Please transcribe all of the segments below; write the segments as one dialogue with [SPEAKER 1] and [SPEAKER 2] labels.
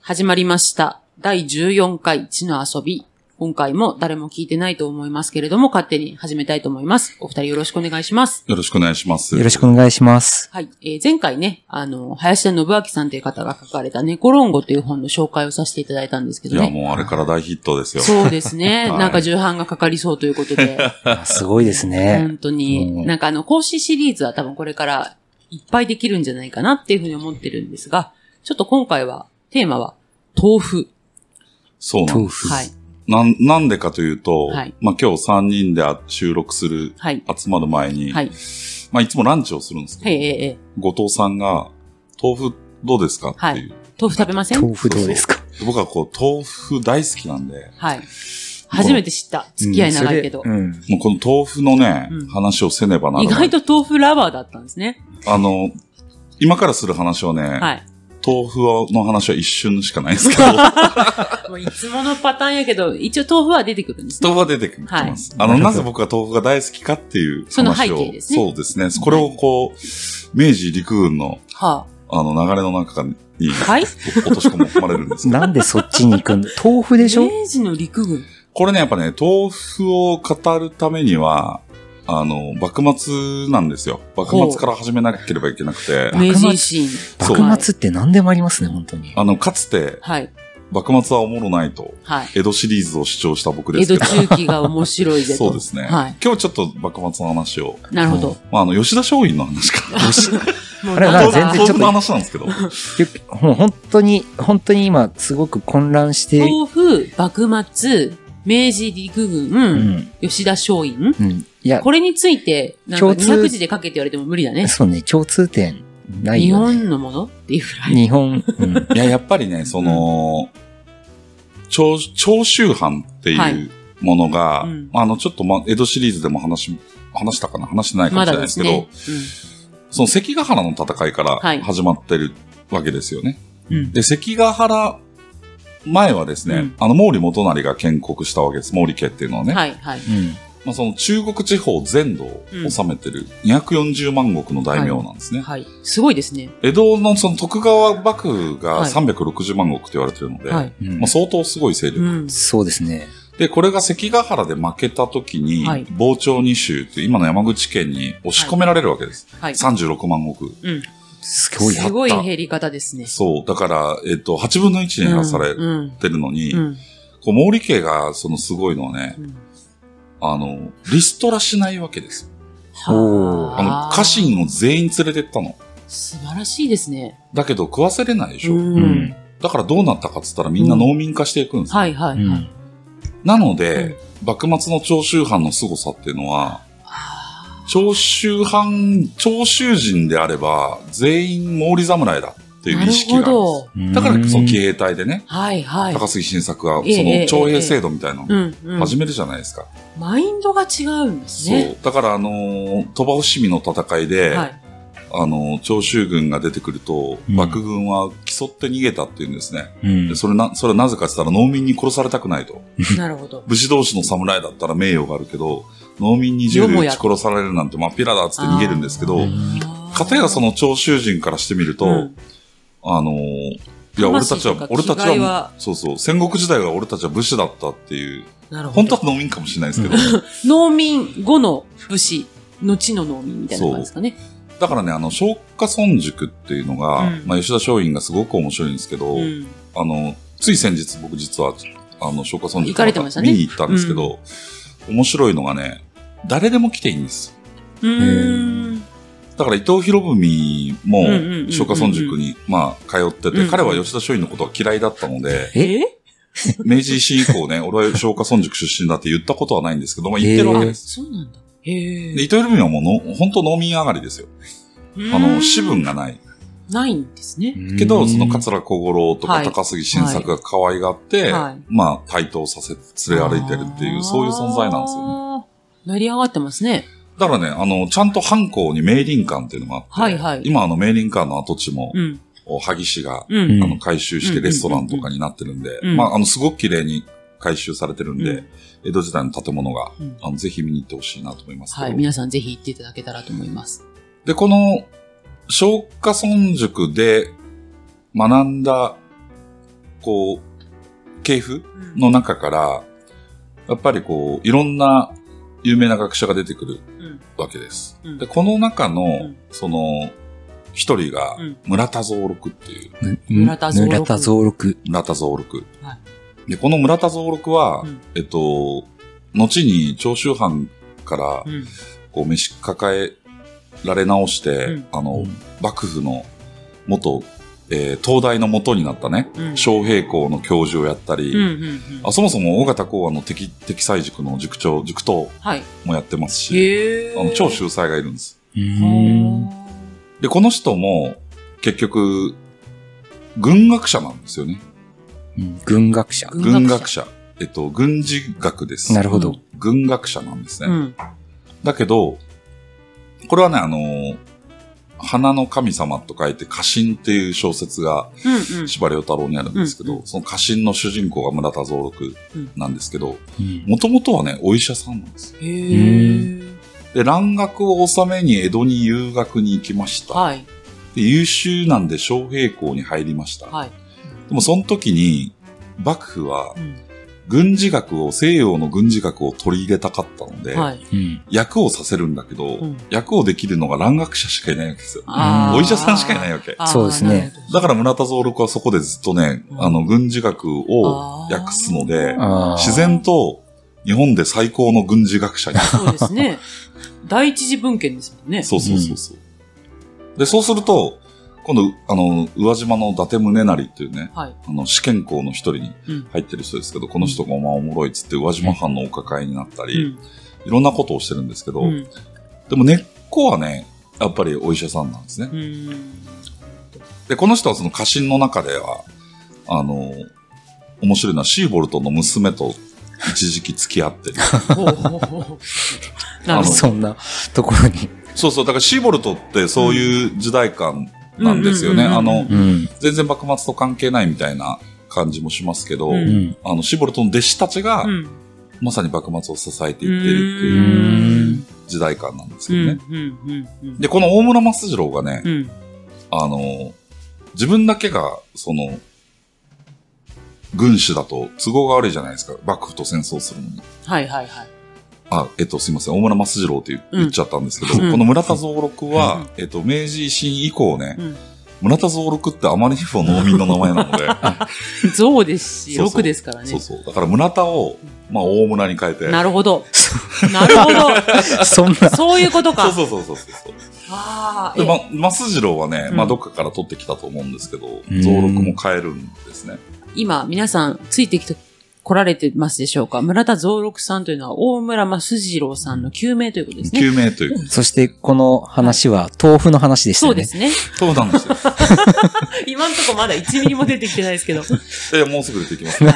[SPEAKER 1] 始まりました。第14回地の遊び。今回も誰も聞いてないと思いますけれども、勝手に始めたいと思います。お二人よろしくお願いします。
[SPEAKER 2] よろしくお願いします。
[SPEAKER 3] よろしくお願いします。
[SPEAKER 1] はい。えー前回ね、あの、林田信明さんという方が書かれたネコロンゴという本の紹介をさせていただいたんですけ
[SPEAKER 2] い
[SPEAKER 1] ど
[SPEAKER 2] や、
[SPEAKER 1] ね。
[SPEAKER 2] もうあれから大ヒットですよ。
[SPEAKER 1] そうですね。
[SPEAKER 2] はい
[SPEAKER 1] なんか重版がかかりそうということ で。
[SPEAKER 3] あすごいですね。
[SPEAKER 1] 本当に、
[SPEAKER 3] うん
[SPEAKER 1] なんかあの、講師シリーズは多分これからいっぱいできるんじゃないかなっていうふうに思ってるんですが、ちょっと今回は、テーマは、豆腐。
[SPEAKER 2] そうなん
[SPEAKER 3] 豆
[SPEAKER 2] です。
[SPEAKER 3] 腐。
[SPEAKER 1] はい。
[SPEAKER 2] なん、なんでかというと、
[SPEAKER 1] はい
[SPEAKER 2] まあ今日3人で収録する、
[SPEAKER 1] はい。
[SPEAKER 2] 集まる前に、
[SPEAKER 1] はい。
[SPEAKER 2] まあいつもランチをするんです
[SPEAKER 1] は
[SPEAKER 2] け
[SPEAKER 1] い、
[SPEAKER 2] ど、
[SPEAKER 1] ええええ
[SPEAKER 2] 後藤さんが、豆腐どうですかっていう。
[SPEAKER 1] 豆腐食べません
[SPEAKER 3] 豆腐どうですか
[SPEAKER 2] 僕はこう、豆腐大好きなんで、
[SPEAKER 1] はい。初めて知った。付き合い長いけど
[SPEAKER 3] う。ん。
[SPEAKER 2] もうこの豆腐のね、
[SPEAKER 1] うん
[SPEAKER 2] 話をせねばな
[SPEAKER 1] 意
[SPEAKER 2] らない。
[SPEAKER 1] 外と豆腐ラバーだったんですね。
[SPEAKER 2] あの、今からする話はね、
[SPEAKER 1] はい。
[SPEAKER 2] 豆腐の話は一瞬しかないですけど、
[SPEAKER 1] もういつものパターンやけど、一応豆腐は出てくるんですね。
[SPEAKER 2] 豆腐は出てきます。あ
[SPEAKER 3] な
[SPEAKER 2] の、
[SPEAKER 3] るほ
[SPEAKER 2] な
[SPEAKER 3] ど
[SPEAKER 2] ぜ僕が豆腐が大好きかっていう話を。
[SPEAKER 1] その背景ですね
[SPEAKER 2] そうですね。これをこう、明治陸軍の、
[SPEAKER 1] は
[SPEAKER 2] あの、流れの中に、
[SPEAKER 1] あ。はい。
[SPEAKER 2] 落とし込まれるんですけど
[SPEAKER 3] なんでそっちに行 くんだ豆腐でしょ
[SPEAKER 1] 明治の陸軍。
[SPEAKER 2] これね、やっぱね、豆腐を語るためには、あの、幕末なんですよ。幕末から始めなければいけなくて、
[SPEAKER 1] 明治維新。
[SPEAKER 2] そう
[SPEAKER 3] 幕末って何でもありますね、本当に。
[SPEAKER 2] あの、かつて、
[SPEAKER 1] はい。
[SPEAKER 2] 幕末はおもろないと、
[SPEAKER 1] はい。
[SPEAKER 2] 江戸シリーズを主張した僕で
[SPEAKER 1] 江
[SPEAKER 2] す
[SPEAKER 1] 戸
[SPEAKER 2] けど、
[SPEAKER 1] 中期が面白いぜと。
[SPEAKER 2] そうですね。
[SPEAKER 1] はい。
[SPEAKER 2] 今日ちょっと幕末の話を、
[SPEAKER 1] なるほど。
[SPEAKER 2] まあ、あの、吉田松陰の話か。
[SPEAKER 1] もう
[SPEAKER 3] あれ
[SPEAKER 1] な
[SPEAKER 3] は
[SPEAKER 1] んか
[SPEAKER 3] 全然
[SPEAKER 2] 豆腐の話なんですけど。
[SPEAKER 3] よもう本当に、本当に今、すごく混乱して、
[SPEAKER 1] 豆腐、幕末、明治陸軍、
[SPEAKER 3] うん。
[SPEAKER 1] 吉田松陰。
[SPEAKER 3] うん。いや、
[SPEAKER 1] これについて、なんか
[SPEAKER 3] 共通
[SPEAKER 1] 200字で書けって言われても無理だね。
[SPEAKER 3] そうね、共通点ない
[SPEAKER 1] 日
[SPEAKER 3] よね。
[SPEAKER 1] 本のものっていうぐらい。
[SPEAKER 3] 日本。うん
[SPEAKER 2] いや、やっぱりね、その、長、長州藩って
[SPEAKER 1] はいいう
[SPEAKER 2] ものが、
[SPEAKER 1] うん
[SPEAKER 2] あの、ちょっとま、江戸シリーズでも話し、話したかな話してないかも
[SPEAKER 1] ま
[SPEAKER 2] しれ
[SPEAKER 1] だ
[SPEAKER 2] な
[SPEAKER 1] で
[SPEAKER 2] いです
[SPEAKER 1] す
[SPEAKER 2] けど、
[SPEAKER 1] ね。
[SPEAKER 2] その関ヶ原の戦いか
[SPEAKER 1] はい
[SPEAKER 2] ら始まってるわけですよね。
[SPEAKER 1] うん。うん
[SPEAKER 2] で、関ヶ原前はですね、
[SPEAKER 1] うん
[SPEAKER 2] あの、毛利元就が建国したわけです。毛利家っていうのはね。
[SPEAKER 1] はい、はい。
[SPEAKER 3] うん。
[SPEAKER 2] まあ、その中国地方全土を治めてる240万石の大名なんですね。
[SPEAKER 1] はい。すごいですね。
[SPEAKER 2] 江戸のその徳川幕府が
[SPEAKER 1] はい
[SPEAKER 2] 360万石と言われてるので、
[SPEAKER 1] はい。
[SPEAKER 3] うん
[SPEAKER 2] まあ、相当すごい勢力
[SPEAKER 1] うん。
[SPEAKER 3] そうですね。
[SPEAKER 2] で、これが関ヶ原で負けた時に、
[SPEAKER 1] はい
[SPEAKER 2] 傍聴二州って今の山口県に押し込められるわけです。
[SPEAKER 1] はい。
[SPEAKER 2] 36万石。
[SPEAKER 1] うん。
[SPEAKER 3] すごい
[SPEAKER 1] すごい減り方ですね。
[SPEAKER 2] そう。だから、えっと、8分の1に減らされ
[SPEAKER 1] うん。
[SPEAKER 2] てるのに、
[SPEAKER 1] うん。
[SPEAKER 2] こう毛利家がそのすごいのはね
[SPEAKER 1] う、ん
[SPEAKER 2] あの、リストラしないわけです。
[SPEAKER 3] おー
[SPEAKER 2] あの、家臣を全員連れてったの。
[SPEAKER 1] 素晴らしいですね。
[SPEAKER 2] だけど食わせれないでしょ。
[SPEAKER 3] う。ん。
[SPEAKER 2] だからどうなったかっつったらみんな農民化していくんですよ。
[SPEAKER 1] はい、は
[SPEAKER 3] う
[SPEAKER 1] い、はい
[SPEAKER 3] ん。。
[SPEAKER 2] なので、幕末の長州藩の凄さっていうのは、
[SPEAKER 1] は
[SPEAKER 2] 長州藩、長州人であれば、全員毛利侍だって
[SPEAKER 1] ー
[SPEAKER 2] いう
[SPEAKER 1] な
[SPEAKER 2] 意
[SPEAKER 1] る
[SPEAKER 2] 識があ
[SPEAKER 1] ほ
[SPEAKER 2] るんです。
[SPEAKER 1] ど。
[SPEAKER 2] だから、その
[SPEAKER 3] 消え
[SPEAKER 2] 自衛隊でね、
[SPEAKER 1] はい、はい。
[SPEAKER 2] 高杉晋作が、そ
[SPEAKER 1] ええええ
[SPEAKER 2] の徴兵制度みたいなのを
[SPEAKER 1] うん、うん。
[SPEAKER 2] 始めるじゃないですか。
[SPEAKER 1] マインドが違うんですね。
[SPEAKER 2] そう。だから、あのー、鳥羽伏見の戦いで、
[SPEAKER 1] はい。
[SPEAKER 2] あのー、長州軍が出てくると、
[SPEAKER 3] うん
[SPEAKER 2] 幕軍は競って逃げたっていうんですね。
[SPEAKER 3] うん
[SPEAKER 2] で。それな、それはなぜかって言ったら農民に殺されたくないと。
[SPEAKER 1] なるほ ど。
[SPEAKER 2] 武士同士の侍だったら名誉があるけど、農民に銃で撃ち殺されるなんて真っ平だっつって逃げるんですけ
[SPEAKER 3] あ
[SPEAKER 2] ど
[SPEAKER 3] ー、
[SPEAKER 2] かたやその長州人からしてみると、
[SPEAKER 1] うん
[SPEAKER 2] あのーいや、俺た
[SPEAKER 1] 魂
[SPEAKER 2] ち
[SPEAKER 1] と
[SPEAKER 2] は
[SPEAKER 1] か、
[SPEAKER 2] 俺たち
[SPEAKER 1] 気概
[SPEAKER 2] は
[SPEAKER 1] は、
[SPEAKER 2] そうそう、戦国時代は俺たちは武士だったっていう、
[SPEAKER 1] なるほ
[SPEAKER 2] 本当
[SPEAKER 1] ど。
[SPEAKER 2] は農民かもしれないですけど、
[SPEAKER 1] 農民後の武士、後の農民みたいな感じですかね。
[SPEAKER 2] だからね、あの、松下村塾っていうのが、
[SPEAKER 1] うん
[SPEAKER 2] まあ、吉田松陰がすごく面白いんですけど、
[SPEAKER 1] うん。
[SPEAKER 2] あの、つい先日僕実は、あの、松下村塾
[SPEAKER 1] 行かれてましたね
[SPEAKER 2] 見に行ったんですけど、面白いのがね、誰でも来ていいんです
[SPEAKER 1] う
[SPEAKER 2] よ。
[SPEAKER 1] ーん。
[SPEAKER 2] だから伊藤博文も
[SPEAKER 1] うんうんうんうんうん、
[SPEAKER 2] 松下村塾に、まあ、通って
[SPEAKER 1] うんう
[SPEAKER 2] て
[SPEAKER 1] ん、
[SPEAKER 2] 彼は吉田松陰のことは嫌いだったので、
[SPEAKER 3] え
[SPEAKER 1] え
[SPEAKER 2] 明治維新以降ね、俺は松下村塾出身だって言ったことはないんですけど、まあ言ってるわけ
[SPEAKER 3] へ
[SPEAKER 2] で
[SPEAKER 3] ー
[SPEAKER 2] す。
[SPEAKER 1] そうなんだ。
[SPEAKER 2] で、
[SPEAKER 1] へえ。
[SPEAKER 2] 伊藤博文はもうの、本当農民上がりですよ。あ
[SPEAKER 1] うー
[SPEAKER 2] の、
[SPEAKER 1] ん
[SPEAKER 2] 私文がない。
[SPEAKER 1] ないんですね。
[SPEAKER 2] けど、その桂小五郎と
[SPEAKER 1] は
[SPEAKER 2] か
[SPEAKER 1] い
[SPEAKER 2] 高杉晋作が可愛がって、
[SPEAKER 1] はい
[SPEAKER 2] まあ、対等させ、連れ歩いてるっていう、そういう存在なんですよね。
[SPEAKER 1] ね。成り上がってますね。
[SPEAKER 2] だからね、あの、ちゃんと藩校に明倫館っていうのがあって、
[SPEAKER 1] はいはい
[SPEAKER 2] 今あの明倫館の跡地も、
[SPEAKER 1] うん。
[SPEAKER 2] 萩市が、
[SPEAKER 1] う
[SPEAKER 3] うん
[SPEAKER 1] ん。
[SPEAKER 2] あの、改修してレストランとかになってるんで、
[SPEAKER 1] うん
[SPEAKER 2] まあ、あの、すごく綺麗に改修されてるんで、
[SPEAKER 1] うん
[SPEAKER 2] 江戸時代の建物が、
[SPEAKER 1] うん
[SPEAKER 2] あの、ぜひ見に行ってほしいなと思いますけど。
[SPEAKER 1] はい。皆さんぜひ行っていただけたらと思います。
[SPEAKER 2] で、この、松下村塾で学んだこう、系譜の中から、やっぱりこう、いろんな有名な学者が出てくる
[SPEAKER 1] うん
[SPEAKER 2] わけです。
[SPEAKER 1] うん
[SPEAKER 2] で、この中の、
[SPEAKER 1] ん
[SPEAKER 2] その、一人が
[SPEAKER 1] うん、
[SPEAKER 2] 村田蔵六っていう、
[SPEAKER 1] 村田蔵六
[SPEAKER 3] 村田蔵六。
[SPEAKER 2] 村田蔵六。
[SPEAKER 1] は
[SPEAKER 2] で、この村田蔵六は、
[SPEAKER 1] うん
[SPEAKER 2] えっと、後に長州藩から
[SPEAKER 1] う、ん
[SPEAKER 2] こう、召し抱えられ直して、
[SPEAKER 1] うん
[SPEAKER 2] あの、
[SPEAKER 3] うん
[SPEAKER 2] 幕府の元、えー東大の元になったね、
[SPEAKER 1] うん
[SPEAKER 2] 昌平校の教授をやったり、
[SPEAKER 1] うんうんうん
[SPEAKER 2] あそもそも大型公安の敵、敵祭塾の塾長、塾頭
[SPEAKER 1] はい。
[SPEAKER 2] もやってますし、
[SPEAKER 1] へ
[SPEAKER 2] あの、超秀才がいるんです。
[SPEAKER 3] うーん。
[SPEAKER 1] ほ
[SPEAKER 2] で、この人も、結局、軍学者なんですよね。
[SPEAKER 3] うん軍学者。
[SPEAKER 1] 軍
[SPEAKER 2] 軍
[SPEAKER 1] 学
[SPEAKER 2] 学者。えっと、軍事学です。
[SPEAKER 3] なるほ
[SPEAKER 1] う
[SPEAKER 3] ど
[SPEAKER 1] ん。
[SPEAKER 2] 軍学者なんです
[SPEAKER 1] ー
[SPEAKER 2] ね。
[SPEAKER 1] うん。
[SPEAKER 2] だけど、これはね、あのー花の神様と書いて、家臣っていう小説が
[SPEAKER 1] うんうん。
[SPEAKER 2] 司馬遼太郎にあるんですけ
[SPEAKER 1] う
[SPEAKER 2] ど、
[SPEAKER 1] んう
[SPEAKER 2] その家臣の主人公が村田蔵六なんですけど、
[SPEAKER 3] うん
[SPEAKER 2] もともとはね、お医者さんなんですよ。
[SPEAKER 1] へー
[SPEAKER 2] で、蘭学を収めに江戸に遊学に行きました。
[SPEAKER 1] はい。
[SPEAKER 2] で優秀なんで昌平校に入りました。
[SPEAKER 1] はい。
[SPEAKER 2] でもその時に、幕府は
[SPEAKER 1] うん
[SPEAKER 2] 軍事学を、西洋の軍事学を取り入れたかったので、
[SPEAKER 1] はい。
[SPEAKER 3] うん
[SPEAKER 2] 役をさせるんだけど、
[SPEAKER 1] うん
[SPEAKER 2] 役をできるのが蘭学者しかいないわけですよ。
[SPEAKER 1] あー
[SPEAKER 2] お医者さんしかいないわけ。
[SPEAKER 1] あー
[SPEAKER 3] そうですね。
[SPEAKER 2] だから村田蔵六はそこでずっとね、
[SPEAKER 1] うん
[SPEAKER 2] あの、軍事学を
[SPEAKER 1] あー
[SPEAKER 2] 訳すので、
[SPEAKER 3] あー
[SPEAKER 2] 自然と日本で最高の軍事学者に。
[SPEAKER 1] そうですね。第一次文献ですもんね。
[SPEAKER 2] そうそうそうそう。で、そうすると、今度、あの、宇和島の伊達宗成っていうね、
[SPEAKER 1] はい。
[SPEAKER 2] あの、試験校の一人に
[SPEAKER 1] うん。
[SPEAKER 2] 入ってる人ですけど、この人がお前おもろいっつって宇和島藩のお抱えになったり、
[SPEAKER 1] うん
[SPEAKER 2] いろんなことをしてるんですけど、
[SPEAKER 1] うん。
[SPEAKER 2] でも根っこはね、やっぱりお医者さんなんですね。
[SPEAKER 1] うん。
[SPEAKER 2] で、この人はその家臣の中では、あの、面白いのはシーボルトの娘と一時期付き合っ てる。
[SPEAKER 1] ほうほうほうほうなるほど。
[SPEAKER 3] そんなところに。
[SPEAKER 2] そうそう、だからシーボルトってそういう時代感なんですよね。
[SPEAKER 1] うんうん
[SPEAKER 2] あ
[SPEAKER 1] うんうん
[SPEAKER 2] の
[SPEAKER 1] う、
[SPEAKER 3] うん。
[SPEAKER 2] 全然幕末と関係ないみたいな感じもしますけど、
[SPEAKER 1] う
[SPEAKER 3] うんん。
[SPEAKER 2] あの、シーボルトの弟子たちが、
[SPEAKER 1] うん。
[SPEAKER 2] まさに幕末を支えて
[SPEAKER 1] う。
[SPEAKER 2] いってるって
[SPEAKER 3] う
[SPEAKER 2] いうん時代感なんです
[SPEAKER 1] う
[SPEAKER 2] よ
[SPEAKER 1] ん。
[SPEAKER 2] ね。
[SPEAKER 1] うん。うん。
[SPEAKER 2] で、この大村益次郎がね、
[SPEAKER 1] うん。
[SPEAKER 2] あの、自分だけが、その、軍師だと都合が悪いじゃないですか。幕府と戦争するのに。
[SPEAKER 1] はいはいはい。
[SPEAKER 2] あ、えっと、すいません。大村益次郎って言
[SPEAKER 1] うん
[SPEAKER 2] 言っちゃったんですけど、
[SPEAKER 1] うん
[SPEAKER 2] この村田蔵六は、えっと、明治維新以降ね、
[SPEAKER 1] うん
[SPEAKER 2] 村田蔵六ってあまりにも農民の名前なの で、
[SPEAKER 1] 象ですし、
[SPEAKER 2] そうそう
[SPEAKER 1] 六ですからね
[SPEAKER 2] そう。そう。だから村田を、まあ、大村に変えて。
[SPEAKER 1] なるほど。なるほ
[SPEAKER 3] そんな。
[SPEAKER 1] ど。そういうこと
[SPEAKER 2] そう
[SPEAKER 1] か。
[SPEAKER 2] そうそうそうそう。
[SPEAKER 1] ああ、
[SPEAKER 2] で、
[SPEAKER 1] え
[SPEAKER 2] ま、益次郎はね、
[SPEAKER 1] うん
[SPEAKER 2] まあ、どっかから取ってきたと思うんですけど、
[SPEAKER 3] ん
[SPEAKER 2] 蔵六も変えるんですね。
[SPEAKER 1] 今、皆さん、ついてきて、来られてますでしょうか村田蔵六さんというのは、大村益次郎さんの救命ということですね。
[SPEAKER 2] 救命 という。
[SPEAKER 3] そして、この話は、豆腐の話でした
[SPEAKER 1] そ
[SPEAKER 3] よ
[SPEAKER 1] う
[SPEAKER 3] ね。
[SPEAKER 1] ですね。
[SPEAKER 2] そうなんですよ。
[SPEAKER 1] 今んとこまだ1ミリも出てきてないで すけど。はい
[SPEAKER 2] やいや、もうすぐ出てきますね。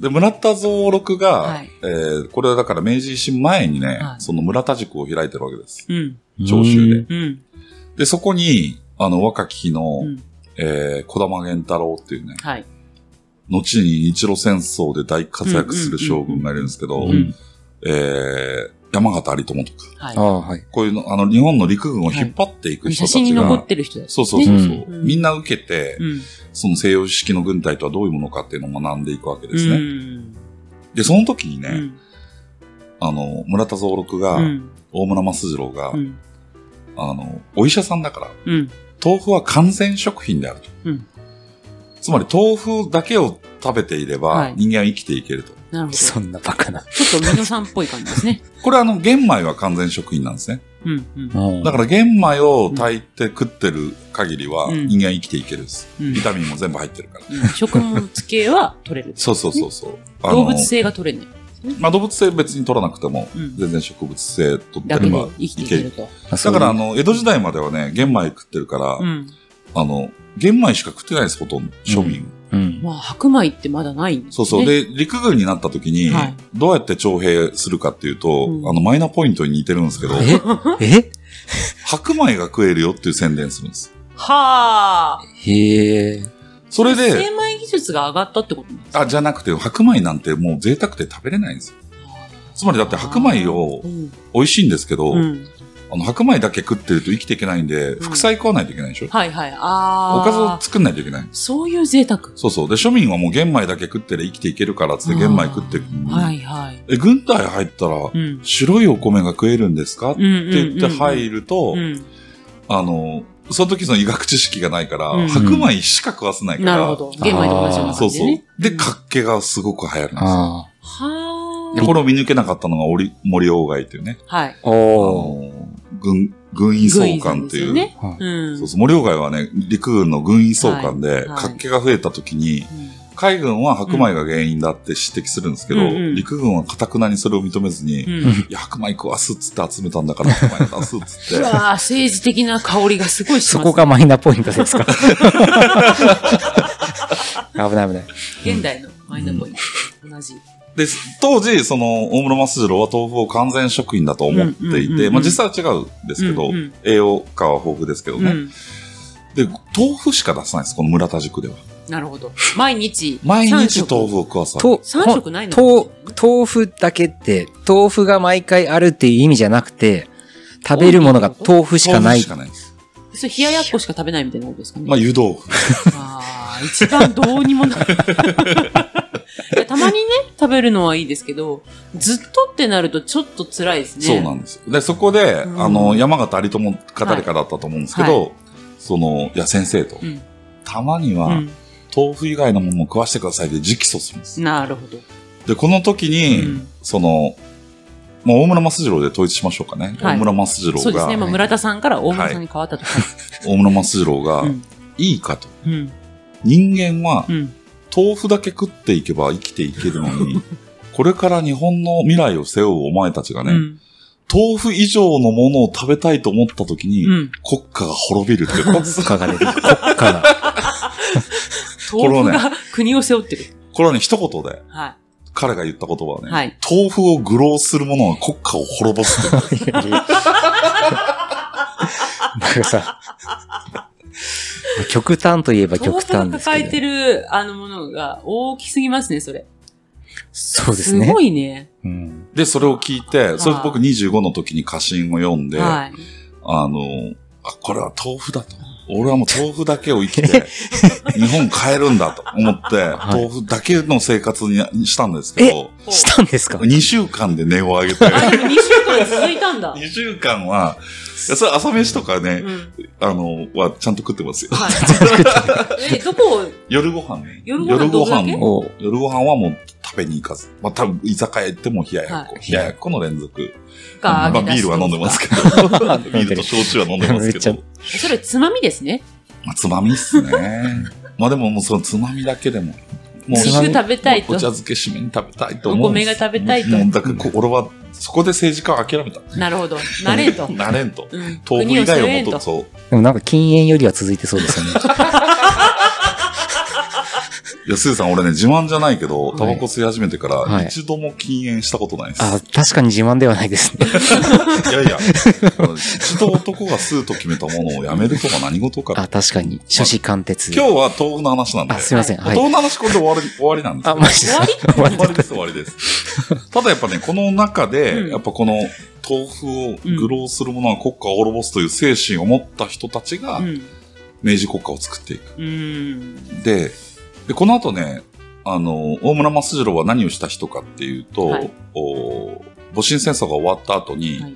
[SPEAKER 2] で、村田蔵六が、
[SPEAKER 1] はい
[SPEAKER 2] えーこれはだから明治維新前にね、
[SPEAKER 1] はい
[SPEAKER 2] その村田塾を開いてるわけです。
[SPEAKER 1] い。うん。
[SPEAKER 2] 長州で。
[SPEAKER 1] うん。
[SPEAKER 2] で、そこに、あの、若き日の、
[SPEAKER 1] うん。
[SPEAKER 2] えー、小玉源太郎っていうね、
[SPEAKER 1] はい。
[SPEAKER 2] 後に日露戦争で大活躍する将軍がいるんですけど
[SPEAKER 3] う、ん。
[SPEAKER 2] えー、山形有朋とか、
[SPEAKER 1] はい
[SPEAKER 3] あ。あ、はい。
[SPEAKER 2] こういうの、あの、日本の陸軍を引っ張っていく人
[SPEAKER 1] 写
[SPEAKER 2] た
[SPEAKER 1] 真に
[SPEAKER 2] ちが、
[SPEAKER 1] 残ってる人だ
[SPEAKER 2] そうそうそうそう、
[SPEAKER 3] ね
[SPEAKER 1] うん
[SPEAKER 2] みんな受けて、
[SPEAKER 1] うん。
[SPEAKER 2] その西洋式の軍隊とはどういうものかっていうのを学んでいくわけです
[SPEAKER 1] う
[SPEAKER 2] ね。
[SPEAKER 1] ん。
[SPEAKER 2] で、その時にね、
[SPEAKER 1] うん。
[SPEAKER 2] あの、村田蔵六が、
[SPEAKER 1] うん。
[SPEAKER 2] 大村益次郎が、
[SPEAKER 1] うん。
[SPEAKER 2] あの、お医者さんだから、
[SPEAKER 1] うん。
[SPEAKER 2] 豆腐は完全食品であると。
[SPEAKER 1] うん
[SPEAKER 2] つまり、豆腐だけを食べていれば、
[SPEAKER 1] はい
[SPEAKER 2] 人間は生きていけると。
[SPEAKER 1] なるほど。ちょ
[SPEAKER 3] そんなバカな。
[SPEAKER 1] っと美濃さんっぽい感じですね。
[SPEAKER 2] これは、あの、玄米は完全食品なんですね。
[SPEAKER 1] うん。うん。
[SPEAKER 2] だから、玄米を炊いて食ってる限りは、
[SPEAKER 1] うん
[SPEAKER 2] 人間は生きていけるです。
[SPEAKER 1] うん
[SPEAKER 2] ビタミンも全部入ってる から。
[SPEAKER 1] うん食物系は取れる。
[SPEAKER 2] そうそうそうそう。あの
[SPEAKER 1] 動物性が取れない。
[SPEAKER 2] まあ、動物性別に取らなくても、
[SPEAKER 1] うん
[SPEAKER 2] 全然植物性取って
[SPEAKER 1] だ
[SPEAKER 2] れ
[SPEAKER 1] け
[SPEAKER 2] ば
[SPEAKER 1] で生
[SPEAKER 2] い
[SPEAKER 1] きてい
[SPEAKER 2] け
[SPEAKER 1] ける
[SPEAKER 2] る。
[SPEAKER 1] と。
[SPEAKER 3] ら、
[SPEAKER 2] だから、あの、江戸時代まではね、玄米食ってるから、
[SPEAKER 1] うん。
[SPEAKER 2] あの、玄米しか食ってないです、ほとんど。庶民は。
[SPEAKER 3] うん。
[SPEAKER 1] まあ、白米ってまだないんですね。
[SPEAKER 2] そうそう。で、陸軍になった時に
[SPEAKER 1] はい、
[SPEAKER 2] どうやって徴兵するかっていうと、
[SPEAKER 1] うん
[SPEAKER 2] あの、マイナポイントに似てるんですけど、
[SPEAKER 3] え
[SPEAKER 2] 白米が食えるよっていう宣伝するんです。
[SPEAKER 1] はあ。
[SPEAKER 3] えへえ。
[SPEAKER 2] それで、
[SPEAKER 1] 精米技術が上がったってことなんですか
[SPEAKER 2] あ、じゃなくて、白米なんてもう贅沢で食べれないんですよ。つまりだって白米を
[SPEAKER 1] うん
[SPEAKER 2] 美味しいんですけど、
[SPEAKER 1] うん
[SPEAKER 2] あの、白米だけ食ってると生きていけないんで、
[SPEAKER 1] ん
[SPEAKER 2] 副菜食わないといけないでしょ。
[SPEAKER 1] はいはい。ああ。
[SPEAKER 2] おかずを作んないといけない。
[SPEAKER 1] そういう贅沢。
[SPEAKER 2] そうそう。で、庶民はもう玄米だけ食ってりゃ生きていけるからっつって玄米食ってるのに
[SPEAKER 1] はいはい。
[SPEAKER 2] え、軍隊入ったら、
[SPEAKER 1] うん。
[SPEAKER 2] 白いお米が食えるんですか
[SPEAKER 1] う
[SPEAKER 2] っ
[SPEAKER 1] ん
[SPEAKER 2] て
[SPEAKER 1] うんうんう
[SPEAKER 2] 言
[SPEAKER 1] ん
[SPEAKER 2] って入ると、
[SPEAKER 1] うん。
[SPEAKER 2] あの、その時その医学知識がないから、
[SPEAKER 1] うんうん
[SPEAKER 2] 白米しか食わせないから。
[SPEAKER 1] なるほど。玄米と同じような
[SPEAKER 2] そ
[SPEAKER 1] 感
[SPEAKER 2] う
[SPEAKER 1] じ
[SPEAKER 2] そ
[SPEAKER 1] で
[SPEAKER 2] う
[SPEAKER 1] ね。。
[SPEAKER 2] で、
[SPEAKER 1] ん
[SPEAKER 2] 活気がすごく流行るんですよ。
[SPEAKER 3] あ
[SPEAKER 1] は
[SPEAKER 2] で、
[SPEAKER 1] ー
[SPEAKER 2] これを見抜けなかったのが森森鴎外っていうね、
[SPEAKER 1] はい。
[SPEAKER 3] あ。
[SPEAKER 2] あ
[SPEAKER 3] おお。
[SPEAKER 2] の軍、軍医総監っていう。
[SPEAKER 1] 軍医さんですよね
[SPEAKER 3] はい
[SPEAKER 1] うん。
[SPEAKER 2] そうそう、森鴎外はね、陸軍の軍医総監で、
[SPEAKER 1] いはい
[SPEAKER 2] 活気が増えた時に、
[SPEAKER 1] うん
[SPEAKER 2] 海軍は白米が原因だって指摘するんですけど、
[SPEAKER 1] うんうん
[SPEAKER 2] 陸軍は堅くなにそれを認めずに、
[SPEAKER 1] うん。
[SPEAKER 2] いや、白米食わすっつって集めたんだから、白米出すっつ
[SPEAKER 1] う
[SPEAKER 2] って。
[SPEAKER 1] わー政治的な香りがすごいし
[SPEAKER 3] そ
[SPEAKER 1] ます
[SPEAKER 3] こがマイナポイント ですか危ない危ない。
[SPEAKER 1] 現代のマイナポイントと同じ。
[SPEAKER 2] で、当時、その、大室益次郎は豆腐を完全食品だと思って
[SPEAKER 1] うんうん
[SPEAKER 2] い
[SPEAKER 1] うんう
[SPEAKER 2] て、
[SPEAKER 1] ん
[SPEAKER 2] まあ実際は違うんですけど、
[SPEAKER 1] うんうん
[SPEAKER 2] 栄養価は豊富ですけど
[SPEAKER 1] う
[SPEAKER 2] ね、
[SPEAKER 1] ん。
[SPEAKER 2] で、豆腐しか出さないです、この村田塾では。
[SPEAKER 1] なるほど。毎日。
[SPEAKER 2] 毎
[SPEAKER 1] 三
[SPEAKER 2] 日
[SPEAKER 1] 食
[SPEAKER 2] 豆腐を食わされる。
[SPEAKER 3] と、
[SPEAKER 1] 三色ないのかもし
[SPEAKER 3] と豆腐だけって、豆腐が毎回あるっていう意味じゃなくて、食べるものが豆腐しかな
[SPEAKER 2] 豆
[SPEAKER 3] い。
[SPEAKER 2] 腐しかないです。
[SPEAKER 1] それ冷ややっこしか食べないみたいなことですかね。
[SPEAKER 2] まあ、湯豆腐。
[SPEAKER 1] ああ、一番どうにもなる。いやたまにね、食べるのはいいですけど、ずっとってなるとちょっと辛いですね。
[SPEAKER 2] そうなんですよ。で、そこで、
[SPEAKER 1] うん
[SPEAKER 2] あの、山形有友か誰かだったと思うんですけど、その、いや、先生と、
[SPEAKER 1] うん
[SPEAKER 2] たまには、豆腐以外のものも食わしてくださいで直訴するんです
[SPEAKER 1] うん。。なるほど。
[SPEAKER 2] で、この時に、
[SPEAKER 1] うん
[SPEAKER 2] その、まあ、大村益次郎で統一しましょうかね。
[SPEAKER 1] はい
[SPEAKER 2] 大村益次郎
[SPEAKER 1] そうです
[SPEAKER 2] が、
[SPEAKER 1] ね。まあ、村田さんから大村さんに変わったとか。
[SPEAKER 2] 大村益次郎が、
[SPEAKER 1] うん
[SPEAKER 2] いいかと。
[SPEAKER 1] うん。
[SPEAKER 2] 人間は
[SPEAKER 1] う、ん。
[SPEAKER 2] 豆腐だけ食っていけば生きていけるの に、これから日本の未来を背負うお前たちが
[SPEAKER 1] う
[SPEAKER 2] ね、
[SPEAKER 1] ん。
[SPEAKER 2] 豆腐以上のものを食べたいと思った時に、
[SPEAKER 1] うん。
[SPEAKER 2] 国家が滅びるって、こ
[SPEAKER 3] 国家が出てくる。国家が。
[SPEAKER 2] れ
[SPEAKER 1] 豆
[SPEAKER 2] を
[SPEAKER 1] 腐
[SPEAKER 2] ね
[SPEAKER 1] が国を背負ってる。
[SPEAKER 2] これはね、一言で、
[SPEAKER 1] は。
[SPEAKER 2] 彼が言った言葉はいね、
[SPEAKER 1] はい。
[SPEAKER 2] 豆腐を愚弄する者は国家を滅ぼすって。
[SPEAKER 3] なんかさ、極端といえば
[SPEAKER 1] 豆
[SPEAKER 3] 極
[SPEAKER 1] 腐が
[SPEAKER 3] 端です
[SPEAKER 1] 抱
[SPEAKER 3] け
[SPEAKER 1] えて
[SPEAKER 3] ど。
[SPEAKER 1] る、あの、ものが大きすぎますね、それ。
[SPEAKER 3] そうですね
[SPEAKER 1] す。ごいね。
[SPEAKER 3] うん
[SPEAKER 2] で、それを聞いて、それ
[SPEAKER 1] は
[SPEAKER 2] 僕25の時に家臣を読んで、
[SPEAKER 1] はい。
[SPEAKER 2] あの、あ、これは豆腐だと。俺はもう豆腐だけを生き て、日本変えるんだと思って、
[SPEAKER 3] はい
[SPEAKER 2] 豆腐だけの生活ににしたんですけど、
[SPEAKER 3] したんですか
[SPEAKER 2] 2週間で値を上げて、
[SPEAKER 1] あ、でも2週間続いたんだ。
[SPEAKER 2] 2週間は、いやそれ朝飯とか
[SPEAKER 1] う
[SPEAKER 2] ね、
[SPEAKER 1] ん。
[SPEAKER 2] あの、はちゃんと食ってますよ。
[SPEAKER 1] はい。 え、どこを
[SPEAKER 2] 夜ご飯ね。
[SPEAKER 1] 夜ご飯どれだけ
[SPEAKER 2] も
[SPEAKER 3] お
[SPEAKER 2] 夜ご飯はもう食べに行かず。まあ多分居酒屋行っても冷ややっこ。
[SPEAKER 1] は
[SPEAKER 2] 冷ややっこの連続。
[SPEAKER 1] か
[SPEAKER 2] まあビールは飲んでます
[SPEAKER 1] か
[SPEAKER 2] けど。ビールと焼酎は飲んでますけ
[SPEAKER 3] めっちゃ
[SPEAKER 2] ど。
[SPEAKER 1] それつまみですね。
[SPEAKER 2] まあつまみっすね。 まあでももうそのつまみだけでも。もう
[SPEAKER 1] 肉
[SPEAKER 3] つまみ
[SPEAKER 1] 食べたいと
[SPEAKER 2] お茶。漬け締めに食べたいと
[SPEAKER 1] お
[SPEAKER 2] 思うんで
[SPEAKER 1] 米
[SPEAKER 2] す
[SPEAKER 1] が食べたいと。
[SPEAKER 2] もうだからこ俺はそこで政治家を諦めた。
[SPEAKER 1] なるほど。なれん と。
[SPEAKER 2] なれんと。
[SPEAKER 1] うん
[SPEAKER 2] 豆腐以外をもっと、
[SPEAKER 1] と。
[SPEAKER 2] そう。
[SPEAKER 3] でもなんか禁煙よりは続いてそうですよね。
[SPEAKER 2] いや、すーさん、俺ね、自慢じゃないけど、
[SPEAKER 3] い
[SPEAKER 2] タバコ吸い始めてか
[SPEAKER 3] は
[SPEAKER 2] ら、
[SPEAKER 3] い
[SPEAKER 2] 一度も禁煙したことないです。
[SPEAKER 3] あ、確かに自慢ではないですね。
[SPEAKER 2] い、やいや、一度男が吸うと決めたものをやめるとか何事か。
[SPEAKER 3] あ、確かに。諸子貫徹。
[SPEAKER 2] 今日は豆腐の話なんで、
[SPEAKER 3] あ、すいません。は
[SPEAKER 2] 豆
[SPEAKER 3] い。
[SPEAKER 2] 腐の話これで終わり終わりなんです
[SPEAKER 3] あ、
[SPEAKER 2] よ。
[SPEAKER 3] マジですか
[SPEAKER 2] 終わりです、終わりです。ただやっぱね、この中で、
[SPEAKER 1] うん
[SPEAKER 2] やっぱこの、豆腐を愚弄する者は国家を滅ぼすという精神を持った人たちが
[SPEAKER 1] う、ん。
[SPEAKER 2] 明治国家を作っていく。
[SPEAKER 1] うん。
[SPEAKER 2] で、で、この後ね、あの、大村益次郎は何をした人かっていうと、
[SPEAKER 1] はい
[SPEAKER 2] お戊辰戦争が終わった後に、
[SPEAKER 1] はい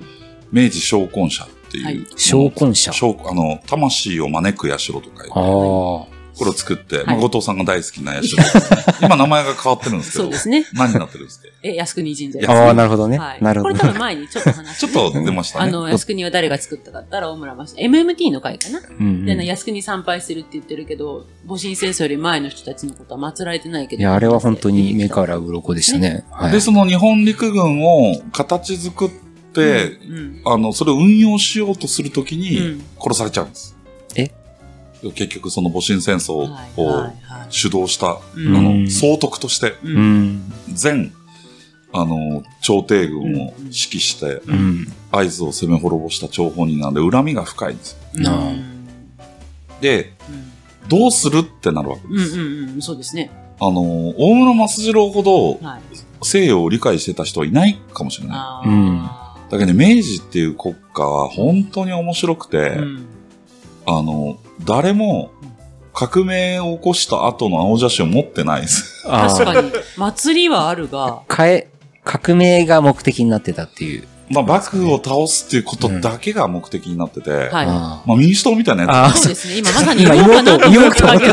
[SPEAKER 2] 明治昇魂社っていう、
[SPEAKER 1] はい
[SPEAKER 3] 昇魂社。
[SPEAKER 2] 昇あの、魂を招く社とかいう、
[SPEAKER 3] ああ。
[SPEAKER 2] これを作って、
[SPEAKER 1] い
[SPEAKER 2] まあ後藤さんが大好きな 社ですね。今名前が変わってるんですけ
[SPEAKER 1] そう
[SPEAKER 2] ど
[SPEAKER 1] で、すね。
[SPEAKER 2] 何になってるんですか
[SPEAKER 1] え、靖国神社です。
[SPEAKER 3] ああ、なるほどね
[SPEAKER 1] は。い
[SPEAKER 3] なる
[SPEAKER 1] こ
[SPEAKER 3] ほ
[SPEAKER 1] れ
[SPEAKER 3] ど
[SPEAKER 1] 多。分前にちょっと話
[SPEAKER 2] ちょ
[SPEAKER 1] し
[SPEAKER 2] ってと出ました
[SPEAKER 1] あ
[SPEAKER 2] ね。
[SPEAKER 1] の、靖国は誰が作ったかって言ったら、大村正。MMT の会かな
[SPEAKER 3] うんうん
[SPEAKER 1] でね、靖国参拝するって言ってるけど、戊辰戦争より前の人たちのことは祀られてないけど。
[SPEAKER 3] いや、あれは本当に目から鱗でしたね。はい
[SPEAKER 2] で、。その日本陸軍を形作って、
[SPEAKER 1] うん、
[SPEAKER 2] あの、それを運用しようとするとき
[SPEAKER 1] う
[SPEAKER 2] に
[SPEAKER 1] ん、
[SPEAKER 2] 殺されちゃうんです。
[SPEAKER 3] え
[SPEAKER 2] 結局、その戊辰戦争
[SPEAKER 1] はい
[SPEAKER 2] を
[SPEAKER 1] はいはい
[SPEAKER 2] 主導した、
[SPEAKER 1] うん
[SPEAKER 2] あ
[SPEAKER 3] う
[SPEAKER 2] の、
[SPEAKER 3] ん
[SPEAKER 2] 総督として、
[SPEAKER 1] う
[SPEAKER 3] うんん。
[SPEAKER 2] 全、あの、朝廷軍を指揮して、
[SPEAKER 3] うん。
[SPEAKER 2] 合図を攻め滅ぼした張本人なんで、恨みが深いんです。
[SPEAKER 1] うん
[SPEAKER 3] なあ
[SPEAKER 2] で、どうするってなるわけ
[SPEAKER 1] うんう
[SPEAKER 2] で
[SPEAKER 1] ん
[SPEAKER 2] す。
[SPEAKER 1] うん、そうですね。
[SPEAKER 2] あの、大村益次郎ほど
[SPEAKER 1] はい。
[SPEAKER 2] 西洋を理解してた人はいないかもしれない。
[SPEAKER 1] あ
[SPEAKER 3] うん
[SPEAKER 1] ー
[SPEAKER 2] だけどね、明治っていう国家は本当に面白くて、
[SPEAKER 1] うん。
[SPEAKER 2] あの、誰も革命を起こした後の青写真を持ってない です。
[SPEAKER 3] あ
[SPEAKER 1] 確
[SPEAKER 3] ー
[SPEAKER 1] かに。祭りはあるが、
[SPEAKER 3] 変え、革命が目的になってたっていう。
[SPEAKER 2] まあ、幕府を倒すっていうことだけが目的になってて、
[SPEAKER 1] はい。
[SPEAKER 3] あ
[SPEAKER 2] まあ、民主党みたいなや
[SPEAKER 3] あー
[SPEAKER 1] そうですね。今まさに
[SPEAKER 3] 今
[SPEAKER 1] 言おうかなと思
[SPEAKER 3] 言お
[SPEAKER 1] っ
[SPEAKER 3] う
[SPEAKER 1] て
[SPEAKER 3] と
[SPEAKER 1] た
[SPEAKER 3] 思って
[SPEAKER 1] け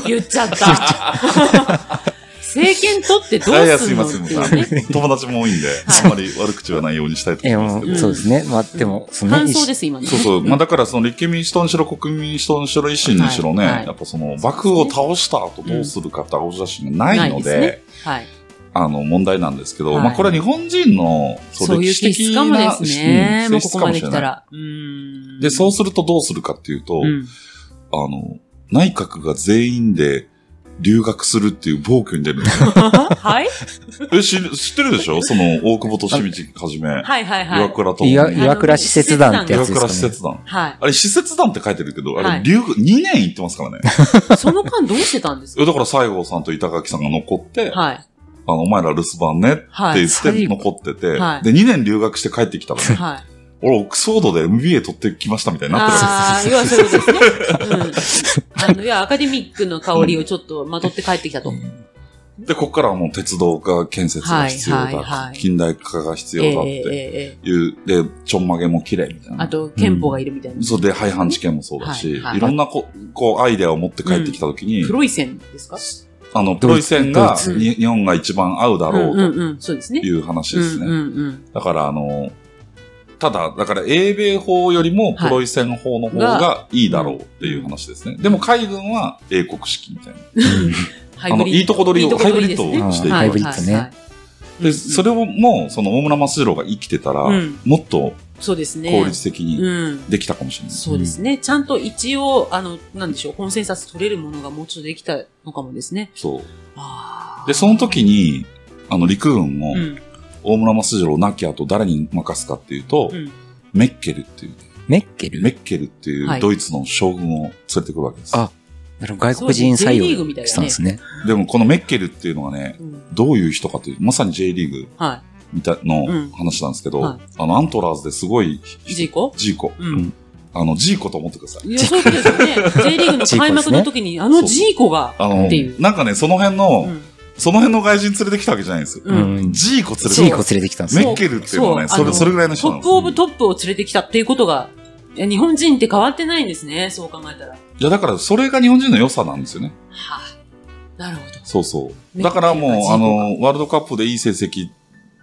[SPEAKER 1] ど、言っちゃった。政権取って
[SPEAKER 2] つ。
[SPEAKER 1] ど
[SPEAKER 2] いうや、
[SPEAKER 1] す
[SPEAKER 2] すい
[SPEAKER 1] んの
[SPEAKER 2] ま
[SPEAKER 1] って
[SPEAKER 2] せん、すい
[SPEAKER 1] い
[SPEAKER 2] ま
[SPEAKER 1] うね。
[SPEAKER 2] せん。 友達も多いんで、
[SPEAKER 1] い
[SPEAKER 2] あんまり悪口はないようにしたいと
[SPEAKER 3] え
[SPEAKER 2] 思います
[SPEAKER 3] も
[SPEAKER 2] け
[SPEAKER 3] う
[SPEAKER 2] ど。
[SPEAKER 3] そうですね。まあ、でも、その
[SPEAKER 1] 感
[SPEAKER 3] ね、
[SPEAKER 1] 想です、今のね。
[SPEAKER 2] そうそう。まあ、だから、その立憲民主党にしろ、国民民主党にしろ、維新にしろ
[SPEAKER 1] は
[SPEAKER 2] ね、
[SPEAKER 1] いはい
[SPEAKER 2] やっぱその、幕府を倒した後どうするかって青写真がないので、
[SPEAKER 1] ないですはい。
[SPEAKER 2] あの、問題なんですけど、
[SPEAKER 1] はい
[SPEAKER 2] まあ、これは日本人の、
[SPEAKER 1] そういう気質かもですね。
[SPEAKER 2] うん
[SPEAKER 1] もうこ
[SPEAKER 2] 性質
[SPEAKER 1] こ
[SPEAKER 2] か
[SPEAKER 1] ま
[SPEAKER 2] も
[SPEAKER 1] で
[SPEAKER 2] しれ
[SPEAKER 1] 来た
[SPEAKER 2] ない。
[SPEAKER 1] ら。うん。
[SPEAKER 2] で、そうするとどうするかっていうと、
[SPEAKER 1] うん。
[SPEAKER 2] あの、内閣が全員で留学するっていう暴挙に出る んですよ。
[SPEAKER 1] はい
[SPEAKER 2] え、知る知ってるでしょその、大久保利道はじめ、
[SPEAKER 1] はいはいはい。
[SPEAKER 2] 岩倉と、
[SPEAKER 3] いわ
[SPEAKER 2] 岩
[SPEAKER 3] 岩倉使節団ってやつですか、
[SPEAKER 2] 倉
[SPEAKER 3] ね。
[SPEAKER 2] 使節団。
[SPEAKER 1] は
[SPEAKER 2] あれ、使節団って書いてるけど、あ
[SPEAKER 1] は
[SPEAKER 2] れ、
[SPEAKER 1] い
[SPEAKER 2] 留学、2年行ってますからね。
[SPEAKER 1] い。その間どうしてたんです
[SPEAKER 2] え
[SPEAKER 1] か
[SPEAKER 2] だから、西郷さんと板垣さんが残って、あ
[SPEAKER 1] はい。
[SPEAKER 2] の、お前ら留守番ねって
[SPEAKER 1] は
[SPEAKER 2] 言
[SPEAKER 1] い。
[SPEAKER 2] って残ってて、
[SPEAKER 1] はい
[SPEAKER 2] で、2年留学して帰ってきたらね、
[SPEAKER 1] はい。
[SPEAKER 2] 俺、オックスフォードで MBA 取ってきましたみたいになってるわけですよ
[SPEAKER 1] ああー、要はそういうことですね。うん。あの、いや、アカデミックの香りをちょっとまとって帰ってきたと。
[SPEAKER 2] で、ここからはもう鉄道が建設が必要だ、
[SPEAKER 1] はいはいはい
[SPEAKER 2] 近代化が必
[SPEAKER 1] ええ
[SPEAKER 2] 要だ
[SPEAKER 1] え
[SPEAKER 2] って
[SPEAKER 1] えええ
[SPEAKER 2] いう、で、ちょんまげも綺麗みたい
[SPEAKER 1] あ
[SPEAKER 2] な。
[SPEAKER 1] と、憲法がいるみたいな。
[SPEAKER 2] そうで、廃藩置県もそうだし、
[SPEAKER 1] はいいはい
[SPEAKER 2] ろんなここうアイデアを持って帰ってきたときに、
[SPEAKER 1] 黒い線ですか
[SPEAKER 2] あの、プロイセンが
[SPEAKER 3] ド
[SPEAKER 1] ツ
[SPEAKER 3] イ
[SPEAKER 2] に日本が一番合うだ
[SPEAKER 1] うんう
[SPEAKER 2] ろうん
[SPEAKER 1] うん。そうですね
[SPEAKER 2] と。いう話
[SPEAKER 1] う
[SPEAKER 2] で
[SPEAKER 1] ん
[SPEAKER 2] す
[SPEAKER 1] う
[SPEAKER 2] ね。
[SPEAKER 1] んうん。
[SPEAKER 2] だから、あの、ただ、だから英米法よりもプロイセン法の方がいいだろうっていう話ですね。でも海軍は英国式みたいな。
[SPEAKER 1] ハ
[SPEAKER 2] あの、いいとこ取りを、ハイブリッド
[SPEAKER 3] ね
[SPEAKER 2] をしていく
[SPEAKER 3] ハイブリッドね
[SPEAKER 2] で、それをもう、その大村益次郎が生きてたら、
[SPEAKER 1] うん
[SPEAKER 2] もっと
[SPEAKER 1] そうですね。
[SPEAKER 2] 効率的に
[SPEAKER 1] うん。
[SPEAKER 2] できたかもしれない。
[SPEAKER 1] そうですね。ちゃんと一応、あの、なんでしょう、コンセンサス取れるものがもうちょっとできたのかもですね。
[SPEAKER 2] そう。
[SPEAKER 1] あー
[SPEAKER 2] で、その時に、あの、陸軍も
[SPEAKER 1] う、ん。
[SPEAKER 2] 大村益次郎亡き後誰に任すかっていうと、
[SPEAKER 1] うん。
[SPEAKER 2] メッケルっていう、
[SPEAKER 3] メッケル
[SPEAKER 2] メッケルってい
[SPEAKER 1] は
[SPEAKER 2] う
[SPEAKER 1] い
[SPEAKER 2] ドイツの将軍を連れてくるわけです。
[SPEAKER 3] あなるほど外国人採用したんですね。
[SPEAKER 2] でも、このメッケルっていうのはね、
[SPEAKER 1] うん
[SPEAKER 2] どういう人かという、まさに J リーグ
[SPEAKER 1] は
[SPEAKER 2] みたいの
[SPEAKER 1] ん
[SPEAKER 2] 話なんですけど、
[SPEAKER 1] はい
[SPEAKER 2] あの、アントラーズですごい、
[SPEAKER 1] い。ジーコ
[SPEAKER 2] ジーコ。
[SPEAKER 1] うん。
[SPEAKER 2] あの、ジーコと思ってください。
[SPEAKER 1] いや、そういうことですよね。J リーグの開幕の時に、あのジーコが、
[SPEAKER 2] あの
[SPEAKER 1] っていう、
[SPEAKER 2] なんかね、その辺
[SPEAKER 1] う
[SPEAKER 2] の、
[SPEAKER 1] ん。
[SPEAKER 2] その辺の外人連れてきたわけじゃないんですよ。
[SPEAKER 1] う
[SPEAKER 3] うん。ジ
[SPEAKER 2] ジーコ連れ
[SPEAKER 3] ーコ
[SPEAKER 2] てき
[SPEAKER 3] 連れてきたんで
[SPEAKER 2] た。メ
[SPEAKER 3] すね。
[SPEAKER 2] ッケルっていうのはね、
[SPEAKER 1] そ
[SPEAKER 2] そうれ、
[SPEAKER 1] あの
[SPEAKER 2] それぐらいの人
[SPEAKER 1] ト
[SPEAKER 2] なん
[SPEAKER 1] ッ
[SPEAKER 2] です
[SPEAKER 1] プオブ
[SPEAKER 2] よ。
[SPEAKER 1] トップを連れてきたっていうことが、いや日本人って変わってないんですね。そう考えたら。はい
[SPEAKER 2] や、だからそれが日本人の良さなんですよね。
[SPEAKER 1] あ。なるほど。
[SPEAKER 2] そうそう。
[SPEAKER 1] メッケルが
[SPEAKER 2] だからも
[SPEAKER 1] ジー
[SPEAKER 2] う、
[SPEAKER 1] コ
[SPEAKER 2] あの、ワールドカップでいい成績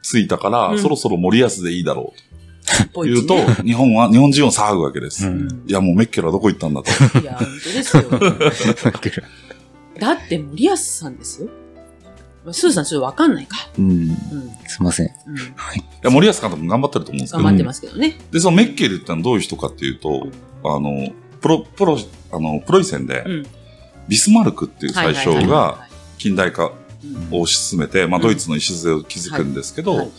[SPEAKER 2] ついたから、
[SPEAKER 1] うん
[SPEAKER 2] そろそろ森保でいいだろう
[SPEAKER 1] ポ
[SPEAKER 2] と
[SPEAKER 1] イ
[SPEAKER 2] 言う
[SPEAKER 1] チ
[SPEAKER 2] と
[SPEAKER 1] ね、
[SPEAKER 2] 日本は、日本人を騒ぐわけです。
[SPEAKER 3] う
[SPEAKER 1] うんん
[SPEAKER 2] いや、もうメッケルはどこ行ったん だと。
[SPEAKER 1] いや、本当ですよ。
[SPEAKER 3] メッケル
[SPEAKER 1] だって森保さんですよ。まあスーさんちょっとわかんないか。
[SPEAKER 2] うんい
[SPEAKER 1] うん。うん。
[SPEAKER 3] すいません。
[SPEAKER 2] や、森保監督も頑張ってると思うんですけ
[SPEAKER 1] 頑
[SPEAKER 2] ど、
[SPEAKER 1] 張ってますけどね。
[SPEAKER 2] で、そのメッケルってのはどういう人かっていうと、あの、プロ、プロ、あの、プロイセンで、
[SPEAKER 1] うん。
[SPEAKER 2] ビスマルクっていう
[SPEAKER 1] はい
[SPEAKER 2] 最
[SPEAKER 1] はいはい
[SPEAKER 2] 相が
[SPEAKER 1] は
[SPEAKER 2] 近代化
[SPEAKER 1] いうん
[SPEAKER 2] を推し進めて、ま
[SPEAKER 1] う
[SPEAKER 2] あ、
[SPEAKER 1] ん
[SPEAKER 2] ドイツの礎を築くんですけど、
[SPEAKER 1] はいはい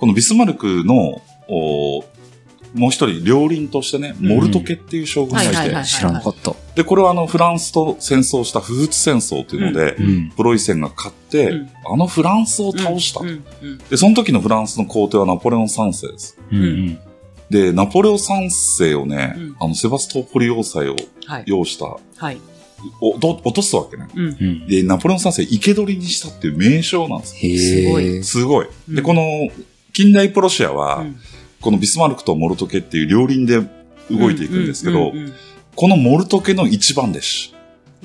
[SPEAKER 2] このビスマルクの、おもう一人、両輪としてね、
[SPEAKER 1] うん
[SPEAKER 2] モルトケっていう将軍がいて、
[SPEAKER 1] はいはいはい
[SPEAKER 3] 知らなかった。
[SPEAKER 2] で、これはあの、フランスと戦争した不仏戦争というので、
[SPEAKER 3] うん。
[SPEAKER 2] プロイセンが勝って、
[SPEAKER 1] うん
[SPEAKER 2] あのフランスを倒した、
[SPEAKER 1] うん。うん
[SPEAKER 2] で、その時のフランスの皇帝はナポレオン三世です。
[SPEAKER 3] うん
[SPEAKER 1] うん
[SPEAKER 2] で、ナポレオン三世をね、
[SPEAKER 1] うん
[SPEAKER 2] あの、セバストーポリ要塞を
[SPEAKER 1] はい。
[SPEAKER 2] 要した、
[SPEAKER 1] はい。
[SPEAKER 2] おど落とすわけね。
[SPEAKER 1] うん。
[SPEAKER 3] うんうん。
[SPEAKER 2] で、ナポレオン三世、生け捕りにしたっていう名称なんですよ。
[SPEAKER 3] へ
[SPEAKER 1] すご
[SPEAKER 3] え
[SPEAKER 1] い。
[SPEAKER 2] すごい。
[SPEAKER 1] うん
[SPEAKER 2] で、この、近代プロシアは、
[SPEAKER 1] うん
[SPEAKER 2] このビスマルクとモルトケっていう両輪で動いていくんですけど、
[SPEAKER 1] ううんうん
[SPEAKER 2] このモルトケの一番弟子、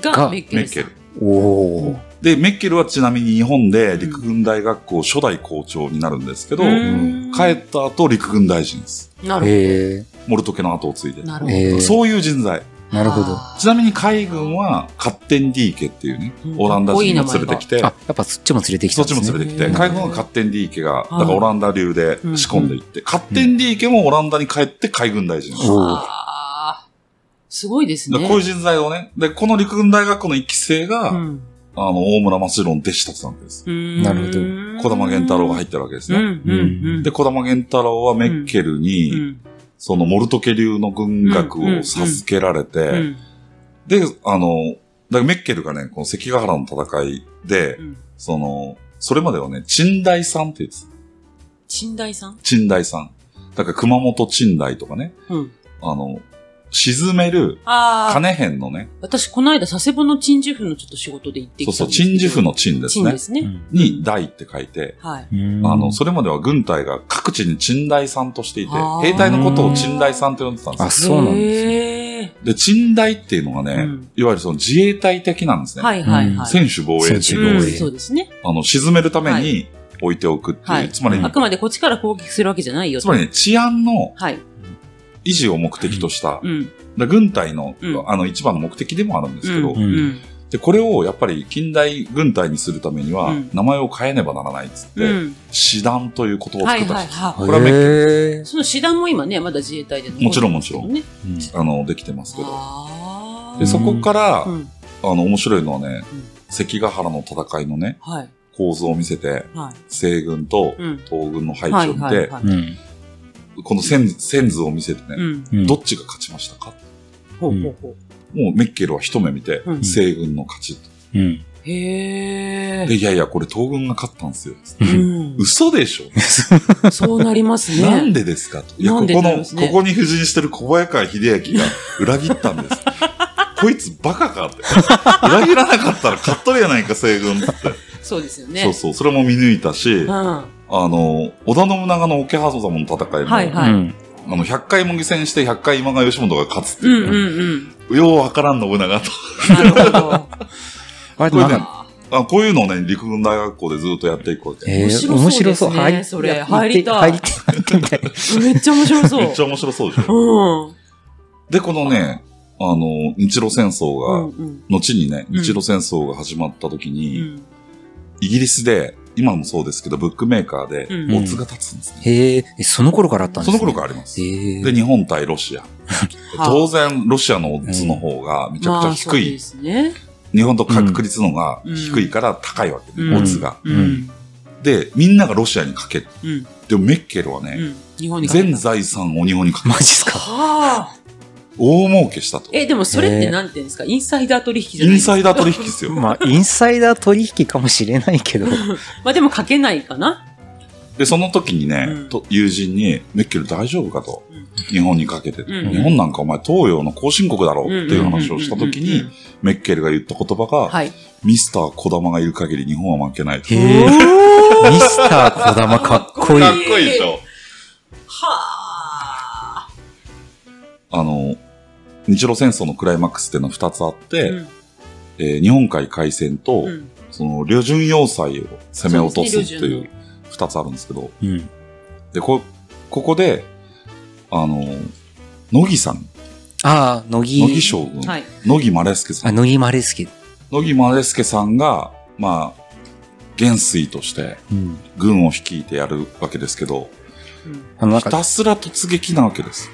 [SPEAKER 1] が
[SPEAKER 3] が
[SPEAKER 1] メッケ
[SPEAKER 2] メ
[SPEAKER 1] ル
[SPEAKER 2] ッ
[SPEAKER 1] さ
[SPEAKER 2] ケル
[SPEAKER 1] ん。。
[SPEAKER 3] おー。
[SPEAKER 2] で、メッケルはちなみに日本で陸軍大学校初代校長になるんですけど、
[SPEAKER 1] うん
[SPEAKER 2] 帰った後陸軍大臣です。
[SPEAKER 1] なる
[SPEAKER 3] へえ。
[SPEAKER 2] モルトケの後を継いで。
[SPEAKER 1] ほど。なるほど。
[SPEAKER 3] えー
[SPEAKER 2] そういう人材。
[SPEAKER 3] なるほど。あ、
[SPEAKER 1] あー
[SPEAKER 2] ちなみに海軍はカッテンディーケっていうね
[SPEAKER 1] うん、
[SPEAKER 2] オランダ人が連れてきて、
[SPEAKER 3] やっぱそっちも連れてきた
[SPEAKER 2] そ
[SPEAKER 3] ん
[SPEAKER 2] っち
[SPEAKER 3] です
[SPEAKER 2] も
[SPEAKER 3] ね。
[SPEAKER 2] 連れて
[SPEAKER 1] う
[SPEAKER 2] きて、
[SPEAKER 1] ん
[SPEAKER 2] 海軍はカッテンディーケが、だ
[SPEAKER 1] うん
[SPEAKER 2] からオランダ流で仕込んでいって、カッテンディーケもオランダに帰って海軍大臣です。
[SPEAKER 3] おー
[SPEAKER 1] あーすごいです
[SPEAKER 2] だか
[SPEAKER 1] ね。
[SPEAKER 2] らこういう人材をね、で、この陸軍大学校の一期生が、
[SPEAKER 1] うん
[SPEAKER 2] あの、大村益次郎の弟子たちなんです。
[SPEAKER 1] うん
[SPEAKER 3] なるほど
[SPEAKER 2] 小玉源太郎が入
[SPEAKER 1] っ
[SPEAKER 2] ってるわけです
[SPEAKER 1] うん
[SPEAKER 2] ね。
[SPEAKER 1] うんうん。
[SPEAKER 2] で、小玉源太郎はメッケルに、
[SPEAKER 1] うん
[SPEAKER 2] そのモルトケ流の軍学を授けられて、
[SPEAKER 1] うん
[SPEAKER 2] で、あの、だからメッケルがね、この関ヶ原の戦いで、
[SPEAKER 1] うん
[SPEAKER 2] その、それまではね、陳大さんって言ってた。
[SPEAKER 1] 陳大さん
[SPEAKER 2] 陳大さん。だから熊本賃貸とかね、
[SPEAKER 1] うん。
[SPEAKER 2] あの、沈める
[SPEAKER 1] ああ、
[SPEAKER 2] 金編のね、
[SPEAKER 1] 私この間佐世保の鎮守府のちょっと仕事で行ってき
[SPEAKER 2] そ
[SPEAKER 1] た
[SPEAKER 2] うそう、鎮守府
[SPEAKER 1] の
[SPEAKER 2] の鎮です
[SPEAKER 1] 鎮
[SPEAKER 2] ね
[SPEAKER 1] で。すね。
[SPEAKER 2] に大って書いて、
[SPEAKER 1] はい。
[SPEAKER 3] うん
[SPEAKER 2] あの、それまでは軍隊が各地に鎮台さんとしていて
[SPEAKER 1] あー、
[SPEAKER 2] 兵隊のことを鎮台さんと呼んでたんですよ
[SPEAKER 3] あ、そうなんですね。
[SPEAKER 1] ですね。
[SPEAKER 2] で、鎮台っていうのがね、
[SPEAKER 1] うん
[SPEAKER 2] いわゆるその自衛隊的なんですね。
[SPEAKER 1] はいはい
[SPEAKER 3] うん
[SPEAKER 1] はい。
[SPEAKER 2] 選手防衛って
[SPEAKER 3] 手
[SPEAKER 2] い
[SPEAKER 1] うん
[SPEAKER 2] うのを、
[SPEAKER 3] 防衛
[SPEAKER 1] そうですね。
[SPEAKER 2] あの、沈めるため
[SPEAKER 1] は
[SPEAKER 2] に置いておくっていう、
[SPEAKER 1] はい
[SPEAKER 2] つまり、
[SPEAKER 3] うん
[SPEAKER 1] あくまでこっちから攻撃するわけじゃないよと
[SPEAKER 2] つまりね、治安の
[SPEAKER 1] はい。
[SPEAKER 2] 維持を目的とした、
[SPEAKER 1] うん。
[SPEAKER 2] で軍隊の、
[SPEAKER 1] うん
[SPEAKER 2] あの、一番の目的でもあるんですけど、
[SPEAKER 1] うん。うん。
[SPEAKER 2] で、これをやっぱり近代軍隊にするためには、
[SPEAKER 1] うん
[SPEAKER 2] 名前を変えねばならないっつって、
[SPEAKER 1] うん。
[SPEAKER 2] 師団という言葉を
[SPEAKER 1] はい
[SPEAKER 2] 作った、
[SPEAKER 1] はいは
[SPEAKER 2] これはめっ
[SPEAKER 1] い。その師団も今ね、まだ自衛隊で
[SPEAKER 2] もちろんもちろん
[SPEAKER 1] ね。
[SPEAKER 2] あの、できてますけど。
[SPEAKER 1] ああ。
[SPEAKER 2] で、そこから、
[SPEAKER 1] うん。
[SPEAKER 2] あの、面白いのはね、
[SPEAKER 1] うん
[SPEAKER 2] 関ヶ原の戦いのね、
[SPEAKER 1] はい。
[SPEAKER 2] 構図を見せて、
[SPEAKER 1] はい。
[SPEAKER 2] 西軍と
[SPEAKER 1] うん。
[SPEAKER 2] 東軍の配
[SPEAKER 1] はい
[SPEAKER 2] 置を見て、
[SPEAKER 1] はいはい。
[SPEAKER 3] うん。
[SPEAKER 2] この線線図を見せてね、
[SPEAKER 1] うん。
[SPEAKER 3] うん
[SPEAKER 2] どっちが勝ちましたか
[SPEAKER 1] ほうほうほう。
[SPEAKER 2] もうメッケルは一目見て、
[SPEAKER 1] うん
[SPEAKER 2] 西軍の勝ちと。
[SPEAKER 3] うん。
[SPEAKER 1] へえ。
[SPEAKER 2] で、いやいや、これ東軍が勝ったんですよ。
[SPEAKER 1] うん。
[SPEAKER 2] 嘘でしょ、
[SPEAKER 1] そう なりますね。
[SPEAKER 2] なんでですかと。いや、
[SPEAKER 1] な
[SPEAKER 2] こ
[SPEAKER 1] んで
[SPEAKER 2] こ
[SPEAKER 1] なん
[SPEAKER 2] の、
[SPEAKER 1] ですね
[SPEAKER 2] ここに布陣してる小早川秀明が裏切ったんです。 こいつバカかって。裏切らなかったら勝っとるやないか、西軍っつって。
[SPEAKER 1] そうですよね。
[SPEAKER 2] そうそう、それも見抜いたし、
[SPEAKER 1] う
[SPEAKER 2] あ
[SPEAKER 1] ん。
[SPEAKER 2] の、織田信長の桶狭間の戦いも、
[SPEAKER 1] はいはい
[SPEAKER 3] うん。
[SPEAKER 2] あの、100回も犠牲して100回今川義元が勝つって
[SPEAKER 1] うん
[SPEAKER 2] いう
[SPEAKER 1] う
[SPEAKER 2] ね、
[SPEAKER 1] んうん。
[SPEAKER 2] ようわからん信長と。
[SPEAKER 1] なるほど。
[SPEAKER 3] あれ、
[SPEAKER 2] これ
[SPEAKER 3] なん
[SPEAKER 2] ね
[SPEAKER 3] か、
[SPEAKER 1] あ
[SPEAKER 2] あこういうのをね、陸軍大学校でずっとやっていくわけ。
[SPEAKER 1] 面
[SPEAKER 3] えー
[SPEAKER 1] 白そうですね
[SPEAKER 3] 面白そう。入り
[SPEAKER 1] それ
[SPEAKER 3] いや
[SPEAKER 1] 入りたい
[SPEAKER 3] 入って入ってみたい。
[SPEAKER 1] めっちゃ面白そう。
[SPEAKER 2] めっちゃ面白そうでしょ。
[SPEAKER 1] うん。
[SPEAKER 2] で、このね、あの、日露戦争
[SPEAKER 1] う
[SPEAKER 2] が、
[SPEAKER 1] んうん。
[SPEAKER 2] 後にね、
[SPEAKER 1] うん
[SPEAKER 2] 日露戦争が始まった時
[SPEAKER 1] う
[SPEAKER 2] に、
[SPEAKER 1] ん。
[SPEAKER 2] イギリスで、今もそうですけど、ブックメーカーで、
[SPEAKER 1] うん
[SPEAKER 2] オッズが立つんですね。
[SPEAKER 3] へえ、えその頃からあったん
[SPEAKER 2] そ
[SPEAKER 3] ですね
[SPEAKER 2] の頃からあります。
[SPEAKER 3] へえ。
[SPEAKER 2] で、日本対ロ シア。当然、ロシアのオッズの方がめちゃくち
[SPEAKER 1] まあ、
[SPEAKER 2] ゃ低
[SPEAKER 1] そうで
[SPEAKER 2] い。
[SPEAKER 1] すね。
[SPEAKER 2] 日本と確率のが低いから高いわけね、
[SPEAKER 1] うん
[SPEAKER 2] オッズが。
[SPEAKER 1] うん。
[SPEAKER 2] で、みんながロシアにかける。
[SPEAKER 1] うん。
[SPEAKER 2] でもメッケルは
[SPEAKER 1] う
[SPEAKER 2] ね、
[SPEAKER 1] ん。日本にかけた
[SPEAKER 2] 全財産を日本にかける。
[SPEAKER 3] マジっすか。
[SPEAKER 1] はあ。
[SPEAKER 2] 大儲けしたと。
[SPEAKER 1] え、でもそれってなんていうんですかインサイダー取引じゃ
[SPEAKER 2] イ
[SPEAKER 1] ない
[SPEAKER 2] ン
[SPEAKER 1] ですか
[SPEAKER 2] サイダー取引ですよ。
[SPEAKER 3] まあ、インサイダー取引かもしれない けど。
[SPEAKER 1] まあでもかけないかな
[SPEAKER 2] で、その時にね、
[SPEAKER 1] うん
[SPEAKER 2] と友人に、メッケル大丈夫かと。
[SPEAKER 1] うん
[SPEAKER 2] 日本にかけて、
[SPEAKER 1] うん
[SPEAKER 2] 日本なんかお前東洋の後進国だろうっていう話をした時
[SPEAKER 1] うんうんうんう
[SPEAKER 2] に
[SPEAKER 1] ん、
[SPEAKER 2] メッケルが言った言葉が、
[SPEAKER 1] はい。
[SPEAKER 2] ミスター小玉がいる限り日本は負けないと。
[SPEAKER 3] へ
[SPEAKER 2] かっ
[SPEAKER 3] え。ミスター小玉かっこいい
[SPEAKER 1] か。
[SPEAKER 2] こいいでしょ。
[SPEAKER 1] はあ。
[SPEAKER 2] あの、日露戦争のクライマックスっていうのは2つあって、
[SPEAKER 1] うん
[SPEAKER 2] えー日本海海戦と、
[SPEAKER 1] うん。
[SPEAKER 2] その、旅順要塞を攻め落とすって
[SPEAKER 1] そうですね旅
[SPEAKER 2] い
[SPEAKER 1] 順
[SPEAKER 2] う2つあるんですけど、
[SPEAKER 3] うん。
[SPEAKER 2] で、こ、ここで、あの、乃木さん、
[SPEAKER 3] ああ、乃木。
[SPEAKER 2] 乃木将軍、
[SPEAKER 1] はい。
[SPEAKER 2] 乃木丸助さ
[SPEAKER 3] あ、
[SPEAKER 2] ん、
[SPEAKER 3] 乃木マレスケ。
[SPEAKER 2] 乃木丸助さんが、まあ、元帥として
[SPEAKER 3] うん。
[SPEAKER 2] 軍を率いてやるわけですけど、
[SPEAKER 1] うん
[SPEAKER 3] あの、なん
[SPEAKER 2] ひ
[SPEAKER 3] か、
[SPEAKER 2] たすら突撃なわけです。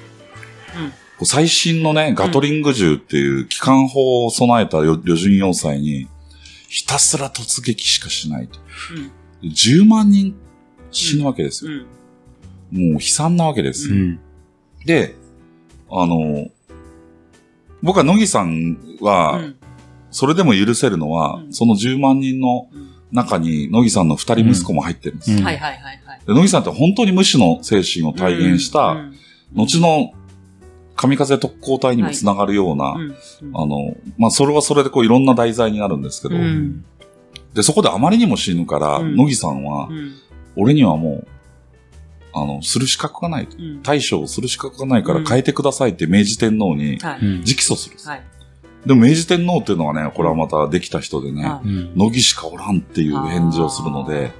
[SPEAKER 1] うん
[SPEAKER 2] こう最新のね、ガトリング銃っていう機関砲を備えた旅旅順要塞に、ひたすら突撃しかしないと。10万人死ぬわけです
[SPEAKER 1] うん。
[SPEAKER 2] よ。
[SPEAKER 1] うん。
[SPEAKER 2] もう悲惨なわけです。
[SPEAKER 3] うん。
[SPEAKER 2] で、あの、僕は乃木さん
[SPEAKER 1] う
[SPEAKER 2] は、
[SPEAKER 1] ん。
[SPEAKER 2] それでも許せるのは、
[SPEAKER 1] うん
[SPEAKER 2] その10万人の
[SPEAKER 1] う
[SPEAKER 2] 中に乃木さんの2人息子も入ってるんです。
[SPEAKER 3] うん
[SPEAKER 1] んはいはいはいはい。
[SPEAKER 2] で乃木さんって本当に無視の精神を体現した、
[SPEAKER 1] うん
[SPEAKER 2] 後の神風特攻隊にもつながるような、
[SPEAKER 1] うんうん
[SPEAKER 2] あの、まあ、それはそれでこういろんな題材になるんですけ
[SPEAKER 1] う
[SPEAKER 2] ど、
[SPEAKER 1] ん
[SPEAKER 2] で、そこであまりにも死ぬから、
[SPEAKER 1] うん
[SPEAKER 2] 乃木さんは
[SPEAKER 1] う、ん
[SPEAKER 2] 俺にはもう、あの、する資格がないと。
[SPEAKER 1] うん
[SPEAKER 2] 大将をする資格がないか
[SPEAKER 1] う
[SPEAKER 2] ら
[SPEAKER 1] ん
[SPEAKER 2] 変えてくださいって明治天皇に
[SPEAKER 1] は
[SPEAKER 3] う
[SPEAKER 1] い。
[SPEAKER 3] ん。
[SPEAKER 2] 直訴するんです。
[SPEAKER 1] はい。
[SPEAKER 2] でも明治天皇っていうのはね、これはまたできた人でね、
[SPEAKER 1] はい
[SPEAKER 3] うん
[SPEAKER 2] 乃木しかおらんっていう返事をするので、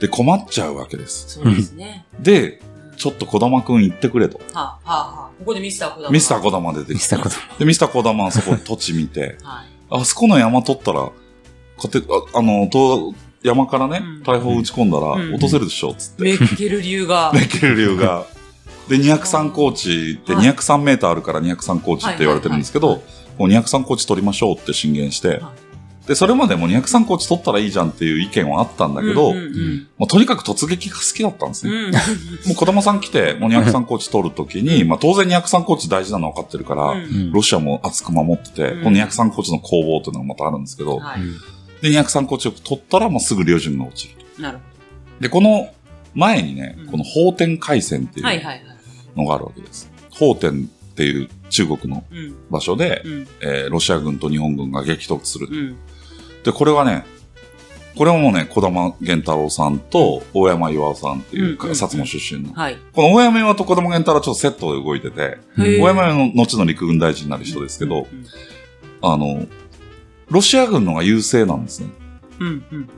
[SPEAKER 2] で、困っちゃうわけです。
[SPEAKER 1] そうですね。
[SPEAKER 2] で、ち
[SPEAKER 1] ょ
[SPEAKER 2] ょっと小玉くん行ってくれと。
[SPEAKER 1] はあ、はあ、はあ。ここでミスター小玉。
[SPEAKER 2] ミスター小玉出て
[SPEAKER 3] ミ
[SPEAKER 2] き
[SPEAKER 3] ス
[SPEAKER 2] て
[SPEAKER 3] ター。小
[SPEAKER 2] で、ミスター小玉はそこ土地見て、
[SPEAKER 1] 玉。はい。
[SPEAKER 2] あそこの山取ったら、勝て、ああの、と山からね
[SPEAKER 1] うん、
[SPEAKER 2] 大砲打ち込んだら
[SPEAKER 1] う、ん
[SPEAKER 2] 落とせるでしょ、つって。
[SPEAKER 1] メッケル流が。
[SPEAKER 2] メッケル流が。で、203高地って、
[SPEAKER 1] はい
[SPEAKER 2] 203メーターあるから203高地って言われてるんですけ
[SPEAKER 1] はい
[SPEAKER 2] ど
[SPEAKER 1] は、
[SPEAKER 2] もう203高地取りましょうって進言して
[SPEAKER 1] は、
[SPEAKER 2] で、それまでも203高地取ったらいいじゃんっていう意見はあった んだけど、
[SPEAKER 1] うんうん
[SPEAKER 2] まあとにかく突撃が好きだったんです
[SPEAKER 1] うん。
[SPEAKER 2] ね。
[SPEAKER 1] うん
[SPEAKER 2] もう子供さん来て、もう203高地取るときに、まあ当然203高地大事なの分かってるから、
[SPEAKER 1] うん
[SPEAKER 3] 玉。
[SPEAKER 2] ロシアも厚く守ってて、
[SPEAKER 1] うん
[SPEAKER 2] この203高地の攻防というのがまたあるんですけど、
[SPEAKER 1] はい。
[SPEAKER 2] で、203高地を取ったら、もうすぐ領順が落ちると。
[SPEAKER 1] なる
[SPEAKER 2] で、この前にね
[SPEAKER 1] うん、
[SPEAKER 2] この法典海戦ってい
[SPEAKER 1] はいうはいはい。
[SPEAKER 2] のがあるわけです。法典っていう中国の
[SPEAKER 1] うん。
[SPEAKER 2] 場所で、
[SPEAKER 1] うん。
[SPEAKER 2] えーロシア軍と日本軍が激突する。
[SPEAKER 1] うん。
[SPEAKER 2] で、これはね、これはもうね、小玉源太郎さんと大山巌さんっていうか、
[SPEAKER 1] うんうんうん
[SPEAKER 2] 薩摩出身の。
[SPEAKER 1] はい。
[SPEAKER 2] この大山巌と小玉源太郎はちょっとセットで動いてて、
[SPEAKER 1] へー
[SPEAKER 2] 大山巌の後の陸軍大臣になる人ですけど、
[SPEAKER 1] うん。
[SPEAKER 2] あの、ロシア軍の方が優勢なんですね。
[SPEAKER 1] うん。うん。うん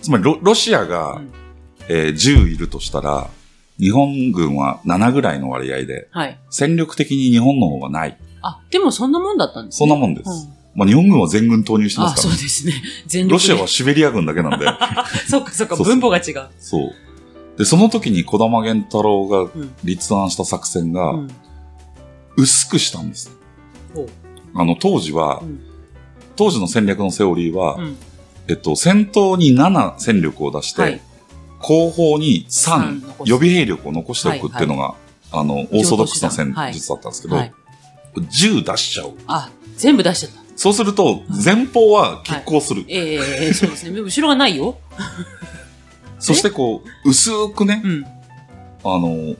[SPEAKER 2] つまりロ、ロシアが、
[SPEAKER 1] うん
[SPEAKER 2] えー10いるとしたら、日本軍は7ぐらいの割合で、
[SPEAKER 1] はい。
[SPEAKER 2] 戦力的に日本の方がない。
[SPEAKER 1] あ、でもそんなもんだったんです
[SPEAKER 2] そんなもんです。
[SPEAKER 1] うん
[SPEAKER 2] まあ、日本軍は全軍投入してま
[SPEAKER 1] あ、
[SPEAKER 2] す
[SPEAKER 1] そ
[SPEAKER 2] か
[SPEAKER 1] う
[SPEAKER 2] ら、ね。
[SPEAKER 1] ですね。全力で
[SPEAKER 2] ロシアはシベリア軍だけ なんで、
[SPEAKER 1] そっかそっか、
[SPEAKER 2] そうそう
[SPEAKER 1] 分母が違う。
[SPEAKER 2] そう。で、その時に児玉源太郎が
[SPEAKER 1] うん。
[SPEAKER 2] 立案した作戦
[SPEAKER 1] う
[SPEAKER 2] が、
[SPEAKER 1] ん。
[SPEAKER 2] 薄くしたんです。
[SPEAKER 1] ほう
[SPEAKER 2] あの、当時は、
[SPEAKER 1] うん
[SPEAKER 2] 当時の戦略のセオリーは、
[SPEAKER 1] うん。
[SPEAKER 2] えっと、先頭に7戦力を出して、
[SPEAKER 1] はい。
[SPEAKER 2] 後方に3
[SPEAKER 1] 残す
[SPEAKER 2] 予備兵力を残しておくっていうのが、あの、オーソドックスな戦術だったんですけど、
[SPEAKER 1] はい。
[SPEAKER 2] 10出しちゃう。
[SPEAKER 1] あ、全部出しちゃった。
[SPEAKER 2] そうすると、前方は拮抗する。
[SPEAKER 1] ええええ そうですね。後ろがないよ。
[SPEAKER 2] そしてこう、薄くね
[SPEAKER 1] う、ん。
[SPEAKER 2] あの、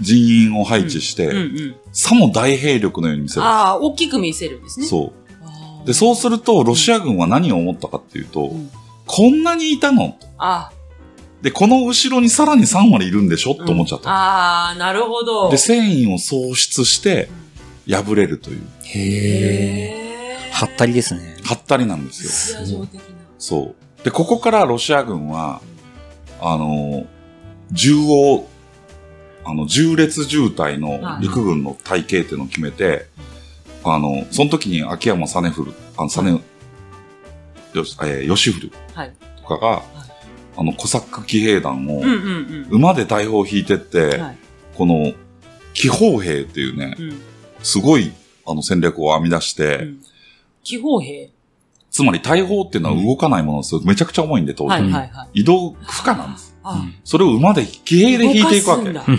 [SPEAKER 2] 人員を配置して、
[SPEAKER 1] うんうん。
[SPEAKER 2] さも大兵力のように見せる。
[SPEAKER 1] ああ、大きく見せるんですね。
[SPEAKER 2] そう。
[SPEAKER 1] あー
[SPEAKER 2] で、そうすると、ロシア軍は何を思ったかっていうと、
[SPEAKER 1] うん
[SPEAKER 2] こんなにいたの
[SPEAKER 1] あ
[SPEAKER 2] で、この後ろにさらに3割いるんでしょ、
[SPEAKER 1] ー
[SPEAKER 2] と思っちゃっ
[SPEAKER 1] うん
[SPEAKER 2] た。
[SPEAKER 1] ああ、なるほど。
[SPEAKER 2] で、戦意を喪失して、敗れるという、
[SPEAKER 3] へえ。
[SPEAKER 1] へ
[SPEAKER 3] はったりですね。
[SPEAKER 2] はったりなんですよ。
[SPEAKER 1] す
[SPEAKER 3] すごい
[SPEAKER 1] 的な。
[SPEAKER 2] そう。で、ここからロシア軍は、あの、銃を、あの、重列渋滞の陸軍の体系っていうのを決めて、あの、その時に秋山実古、あの、実、よし、えー、吉古
[SPEAKER 1] はい。
[SPEAKER 2] とかが、あの、コサック騎兵団を
[SPEAKER 1] うん、うん
[SPEAKER 2] 馬で大砲を引いてって、
[SPEAKER 1] うん。はい。
[SPEAKER 2] この、騎砲兵っていうね
[SPEAKER 1] う、ん。
[SPEAKER 2] すごい、あの、戦略を編み出して、
[SPEAKER 1] うん騎砲兵。
[SPEAKER 2] つまり大砲っていうのは動かないものですよ。めちゃくちゃ重いんで、当時。
[SPEAKER 1] はいはいはい。
[SPEAKER 2] 移動不可なんです。
[SPEAKER 1] あ
[SPEAKER 3] うん
[SPEAKER 2] それを馬で、騎兵で引いていくわけ。
[SPEAKER 1] 動かすんだ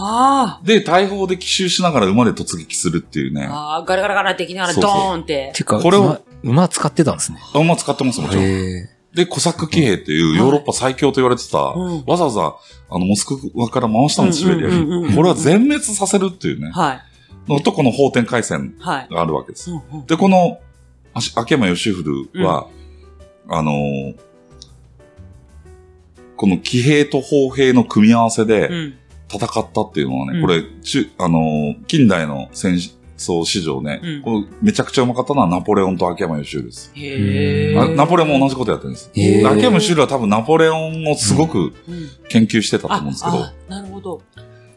[SPEAKER 1] あ
[SPEAKER 2] で、大砲で奇襲しながら馬で突撃するっていうね
[SPEAKER 1] あ。。ああ、ガラガラガラっていきながら
[SPEAKER 2] そ
[SPEAKER 1] ド
[SPEAKER 2] うそう
[SPEAKER 1] ーンって。
[SPEAKER 3] てか、
[SPEAKER 2] これを
[SPEAKER 3] 馬、馬使ってたんですね。
[SPEAKER 2] あんま使ってます、もちろん。
[SPEAKER 3] へえ。
[SPEAKER 2] で、コサック騎兵っていうヨーロッパ最強と言われてた、
[SPEAKER 1] うん
[SPEAKER 2] わざわざ、あの、モスクワから回したんです、シベリア
[SPEAKER 1] うんうんうんうん
[SPEAKER 2] に。これは全滅させるっていうね。
[SPEAKER 1] はい。
[SPEAKER 2] のと、この法典回戦
[SPEAKER 1] はい。
[SPEAKER 2] があるわけです。
[SPEAKER 1] うんうん
[SPEAKER 2] で、この、あし秋山義古は、あのーこの騎兵と砲兵の組み合わせ
[SPEAKER 1] う
[SPEAKER 2] で
[SPEAKER 1] ん。
[SPEAKER 2] 戦ったっていうのは
[SPEAKER 1] う
[SPEAKER 2] ね、
[SPEAKER 1] ん
[SPEAKER 2] これ、中あのー近代の戦争史上ね、
[SPEAKER 1] うん
[SPEAKER 2] こうめちゃくちゃうまかったのはナポレオンと秋山義古です。
[SPEAKER 1] へ
[SPEAKER 2] あ
[SPEAKER 1] え。
[SPEAKER 2] ナポレオンも同じことやってるんです。
[SPEAKER 3] へ
[SPEAKER 2] で
[SPEAKER 3] ー
[SPEAKER 2] 秋山義古は多分ナポレオンをすごく
[SPEAKER 1] うん
[SPEAKER 2] 研究してたと思うんですけど、
[SPEAKER 1] ああなるほど。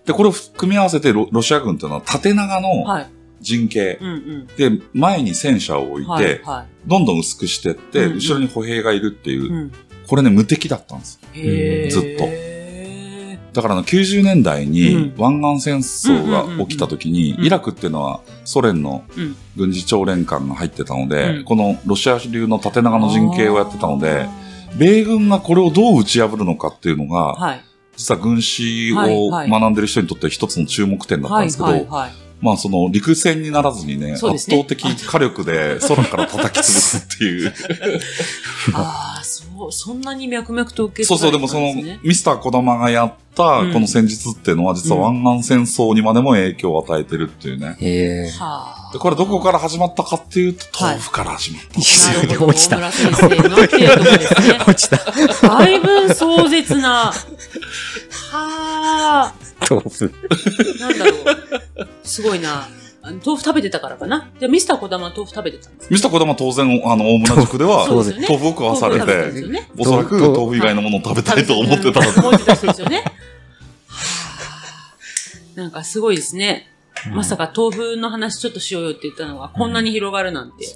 [SPEAKER 2] で、これを組み合わせてロロシア軍っていうのは縦長の
[SPEAKER 1] はい。
[SPEAKER 2] 陣形、
[SPEAKER 1] うんうん。
[SPEAKER 2] で、前に戦車を置いて、
[SPEAKER 1] はい。は
[SPEAKER 2] どんどん薄くしてって、
[SPEAKER 1] うんうん
[SPEAKER 2] 後ろに歩兵がいるってい
[SPEAKER 1] い。
[SPEAKER 2] う、
[SPEAKER 1] うん。
[SPEAKER 2] これね、無敵だったんです。
[SPEAKER 1] へえ。
[SPEAKER 2] ずっと
[SPEAKER 1] へ
[SPEAKER 2] だからあの90年代に
[SPEAKER 1] うん
[SPEAKER 2] 湾岸戦争
[SPEAKER 1] うんうんうん
[SPEAKER 2] が
[SPEAKER 1] うん
[SPEAKER 2] 起きた時に、
[SPEAKER 1] うん
[SPEAKER 2] イラクっていうのはソ連の
[SPEAKER 1] うん
[SPEAKER 2] 軍事調連官が入ってたので、
[SPEAKER 1] うん
[SPEAKER 2] このロシア流の縦長
[SPEAKER 1] ー
[SPEAKER 2] の陣形をやってたので、
[SPEAKER 1] あ
[SPEAKER 2] 米軍がこれをどう打ち破るのかっていうの
[SPEAKER 1] ー
[SPEAKER 2] が、
[SPEAKER 1] はい。
[SPEAKER 2] 実は軍師
[SPEAKER 1] はい
[SPEAKER 2] を
[SPEAKER 1] はい
[SPEAKER 2] 学んでる人にとっては一つの注目点だったん
[SPEAKER 1] は
[SPEAKER 2] で
[SPEAKER 1] い。
[SPEAKER 2] すけど、
[SPEAKER 1] はい。はい。
[SPEAKER 2] まあその陸戦にならずにね、
[SPEAKER 1] そうで
[SPEAKER 2] 圧
[SPEAKER 1] すね
[SPEAKER 2] 倒的火力で空から叩き潰すっていう。
[SPEAKER 1] ああ、そう、そんなに脈々と受け継
[SPEAKER 2] そうそう、
[SPEAKER 1] が
[SPEAKER 2] で
[SPEAKER 1] れ
[SPEAKER 2] も
[SPEAKER 1] てた
[SPEAKER 2] そ
[SPEAKER 1] ん
[SPEAKER 2] の
[SPEAKER 1] すね、
[SPEAKER 2] ミスター小玉がやった
[SPEAKER 1] うん
[SPEAKER 2] この戦術っていうのは、実は湾岸戦争にまでも影響を与えてるっていうね。
[SPEAKER 3] へえ。
[SPEAKER 1] はあ。
[SPEAKER 2] で、これどこから始まったかっていうと、
[SPEAKER 1] はい
[SPEAKER 2] 豆腐から始まった。
[SPEAKER 3] い
[SPEAKER 1] なる
[SPEAKER 3] や
[SPEAKER 1] ほど
[SPEAKER 3] 落ち
[SPEAKER 1] 大
[SPEAKER 3] た。
[SPEAKER 1] 村先生のっていうとこですね。
[SPEAKER 3] 落ちた。
[SPEAKER 1] だいぶ壮絶な。はあ。
[SPEAKER 3] 豆腐。
[SPEAKER 1] なんだろう。すごいな。あの豆腐食べてたからかな。じゃあ、ミスター小玉は豆腐食べてたんですね
[SPEAKER 2] ミスター小玉は当然、あの、大村塾では、
[SPEAKER 1] そう
[SPEAKER 2] 豆
[SPEAKER 1] ですよね。
[SPEAKER 2] 腐を食わされ
[SPEAKER 1] 豆腐食べたんです
[SPEAKER 2] て、
[SPEAKER 1] よね。
[SPEAKER 2] おそらく
[SPEAKER 3] 豆腐
[SPEAKER 2] 豆腐以外のものを食べたいと思ってた。
[SPEAKER 1] 思ってた人ですよね。はあなんかすごいですね。まさか豆腐の話ちょっとしようよって言ったのが、こんなに広がるなんて。
[SPEAKER 3] う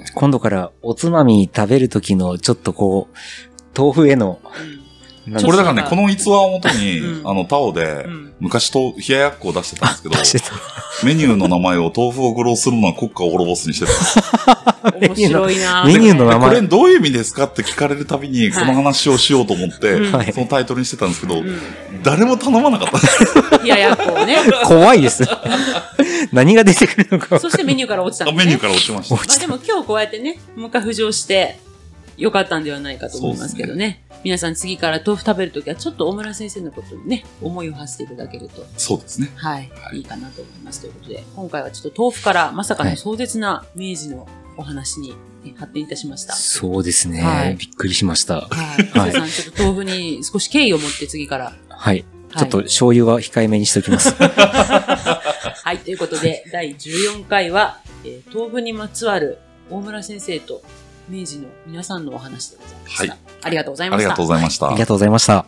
[SPEAKER 3] ん今度からおつまみ食べる時のちょっとこう、豆腐への、なん
[SPEAKER 1] ちょ
[SPEAKER 2] こ
[SPEAKER 1] っ
[SPEAKER 2] れだからね、この逸話をもとに
[SPEAKER 1] う、ん
[SPEAKER 2] あの、タオで
[SPEAKER 1] うん。う、ん。
[SPEAKER 2] 昔と、冷ややっこを出してたんですけ ど、
[SPEAKER 3] してた。
[SPEAKER 2] メニューの名前を豆腐を愚弄するのは国家を滅ぼすにしてた。
[SPEAKER 1] 面白いな
[SPEAKER 3] メニューの名
[SPEAKER 2] これ
[SPEAKER 3] 前。
[SPEAKER 2] どういう意味ですかって聞かれるたびに、
[SPEAKER 1] は
[SPEAKER 2] こ
[SPEAKER 1] い
[SPEAKER 2] の話をしようと思って、
[SPEAKER 3] はい
[SPEAKER 2] そのタイトルにしてたんですけど、
[SPEAKER 1] う
[SPEAKER 2] 誰も頼まなかった。
[SPEAKER 1] ん。いや、やっこうね。
[SPEAKER 3] 怖いです。 何が出てくるのか。
[SPEAKER 1] そしてメニューから落ちたんです、ね。
[SPEAKER 2] メニューから落ちました。
[SPEAKER 1] まあでも今日こうやってね、もう一回浮上して、よかったんではないかと思いますけどね。皆さん次から豆腐食べるときはちょっと大村先生のことにね、思いを馳せていただけると、
[SPEAKER 2] そうですね。
[SPEAKER 1] はい、
[SPEAKER 2] はい
[SPEAKER 1] い、いかなと思います。ということで、今回はちょっと豆腐からまさかの壮絶な明治のお話にね発展いたしました。
[SPEAKER 3] そうですね、
[SPEAKER 1] はい
[SPEAKER 3] びっくりしました。
[SPEAKER 1] はい。
[SPEAKER 3] はい
[SPEAKER 1] 藤井さん、ちょっと豆腐に少し敬意を持って次から。はい
[SPEAKER 3] はい。ちょっと醤油は控えめにしてお きます。
[SPEAKER 1] はい、ということで、第14回は、えー豆腐にまつわる大村先生と明治の皆さんのお話でございました。
[SPEAKER 2] は
[SPEAKER 1] ありがとうござい
[SPEAKER 2] あ
[SPEAKER 1] ま
[SPEAKER 2] り
[SPEAKER 1] した
[SPEAKER 2] がとう。ございました
[SPEAKER 3] あり。がとうございました。